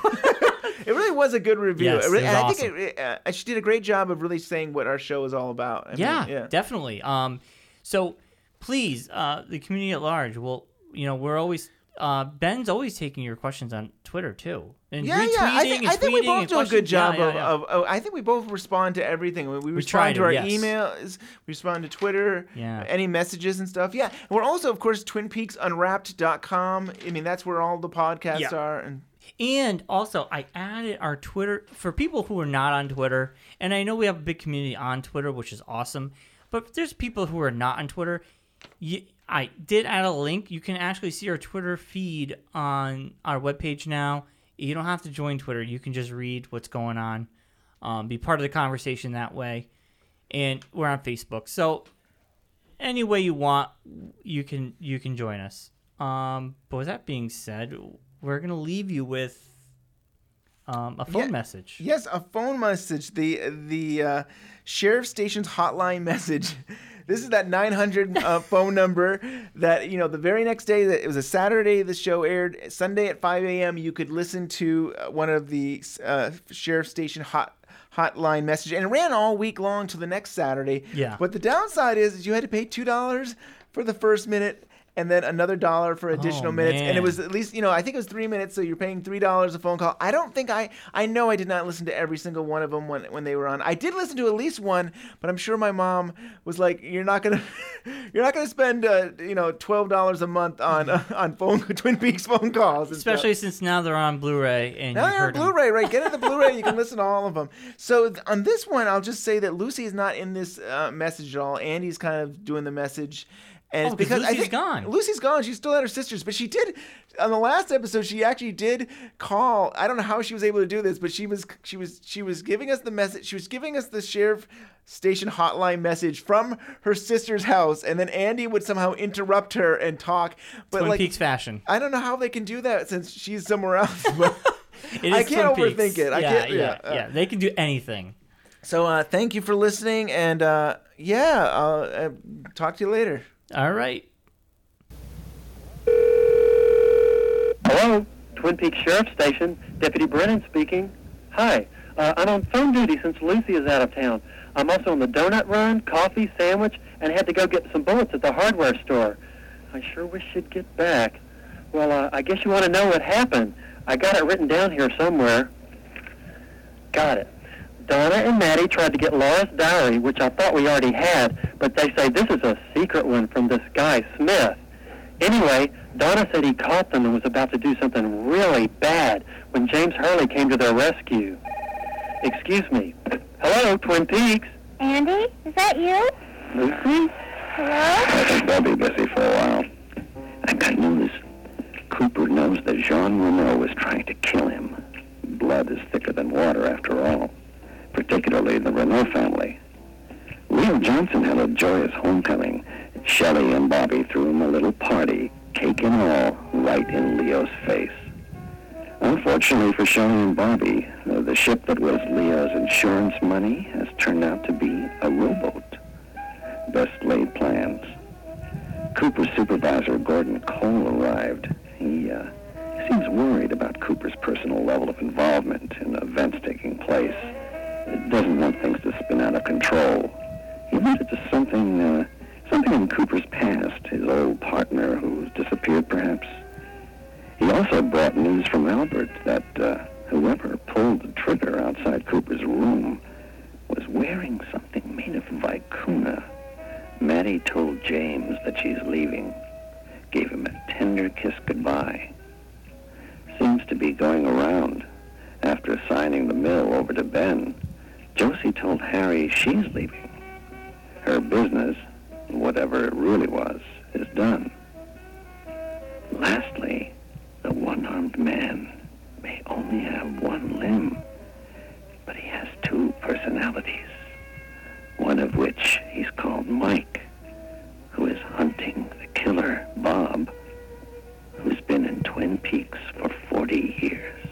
M: It really was a good review.
L: Yes,
M: It really-
L: it was
M: and I think it, it, uh, she did a great job of really saying what our show is all about. I mean,
L: yeah, definitely. Um, so please, uh, the community at large, will you know, we're always uh, Ben's always taking your questions on Twitter too, and
M: yeah,
L: retweeting
M: yeah. I think,
L: and
M: I think we
L: tweeting
M: both
L: and
M: do a good
L: questions- yeah,
M: job
L: yeah,
M: of,
L: yeah.
M: of, of. I think we both respond to everything. We, we
L: try
M: respond
L: to,
M: to our
L: yes.
M: emails, we respond to Twitter, uh,
L: Yeah.
M: any messages and stuff. Yeah, and we're also, of course, TwinPeaksUnwrapped.com. I mean, that's where all the podcasts
L: Yeah.
M: are. And
L: And also, I added our Twitter for people who are not on Twitter. And I know we have a big community on Twitter, which is awesome. But if there's people who are not on Twitter. You, I did add a link. You can actually see our Twitter feed on our webpage now. You don't have to join Twitter. You can just read what's going on, um, be part of the conversation that way. And we're on Facebook. So any way you want, you can you can join us. Um, but with that being said, we're gonna leave you with um, a phone
M: Yeah.
L: message.
M: Yes, a phone message. The the uh, sheriff station's hotline *laughs* message. This is that
L: *laughs*
M: 900 uh, phone number that you know. The very next day, that it was a Saturday. The show aired Sunday at 5 a.m. You could listen to uh, one of the uh, sheriff station hot hotline message, and it ran all week long till the next Saturday.
L: Yeah.
M: But the downside is, is you had to pay two dollars for the first minute. And then another dollar for
L: Oh,
M: additional minutes, and it
L: man.
M: was at least you know i think it was three minutes so you're paying three dollars a phone call i don't think i i know i did not listen to every single one of them when, when they were on i did listen to at least one but i'm sure my mom was like you're not gonna *laughs* you're not gonna spend uh, you know twelve dollars a month on *laughs* uh, on phone twin peaks phone calls and stuff.
L: Especially since now they're on Blu-ray and
M: Now
L: you've
M: they're on
L: heard 'em.
M: Oh, Blu-ray, right? Get it the Blu-ray. You can listen to all of them. So th- on this one, I'll just say that Lucy is not in this uh, message at all. Andy's kind of doing the message,
L: Oh,
M: and it's
L: 'cause
M: because I
L: Lucy's
M: think
L: gone.
M: Lucy's gone. She's still at her sister's, but she did on the last episode. She actually did call. I don't know how she was able to do this, but she was she was she was giving us the message. She was giving us the sheriff station hotline message from her sister's house, and then Andy would somehow interrupt her and talk. But
L: Twin
M: like
L: Peaks fashion.
M: I don't know how they can do that since she's somewhere else. *laughs* but-
L: It
M: I
L: is
M: can't
L: Twin
M: overthink
L: Peaks.
M: it. I
L: yeah,
M: can't.
L: yeah,
M: Yeah.
L: yeah. They can do anything.
M: So uh, thank you for listening, and uh, yeah, I'll uh, talk to you later.
L: All right.
Q: Hello, Twin Peaks Sheriff Station. Deputy Brennan speaking. Hi, uh, I'm on phone duty since Lucy is out of town. I'm also on the donut run, coffee, sandwich, and had to go get some bullets at the hardware store. I sure wish she'd get back. Well, uh, I guess you want to know what happened. I got it written down here somewhere. Got it. Donna and Maddie tried to get Laura's diary, which I thought we already had, but they say this is a secret one from this guy, Smith. Anyway, Donna said he caught them and was about to do something really bad when James Hurley came to their rescue. Excuse me. Hello, Twin Peaks.
F: Andy, is that you?
Q: Lucy?
F: Hello?
P: I think they'll be busy for a while. I got news. Cooper knows that Jean Renault is trying to kill him. Blood is thicker than water, after all, particularly the Renault family. Leo Johnson had a joyous homecoming. Shelley and Bobby threw him a little party, cake and all, right in Leo's face. Unfortunately for Shelley and Bobby, uh, the ship that was Leo's insurance money has turned out to be a rowboat best laid plans. Cooper's supervisor, Gordon Cole, arrived. He uh, seems worried about Cooper's personal level of involvement in events taking place. It doesn't want things to spin out of control. He wanted to something, uh, something in Cooper's past, his old partner who's disappeared, perhaps. He also brought news from Albert that uh, whoever pulled the trigger outside Cooper's room was wearing something made of vicuna. Maddie told James that she's leaving, gave him a tender kiss goodbye. Seems to be going around. After assigning the mill over to Ben, Josie told Harry she's leaving. Her business, whatever it really was, is done. Lastly, the one-armed man may only have one limb, but he has two personalities, one of which he's called Mike, who is hunting the killer, Bob, who's been in Twin Peaks for 40 years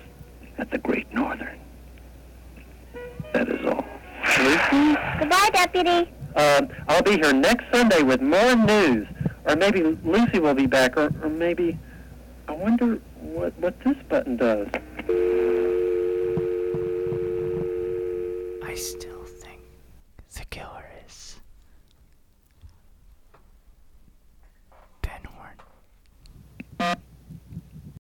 P: at the Great Northern. That is all.
F: Lucy? Goodbye, Deputy.
Q: Um, I'll be here next Sunday with more news, or maybe Lucy will be back, or, or maybe I wonder what what this button does.
L: Christ.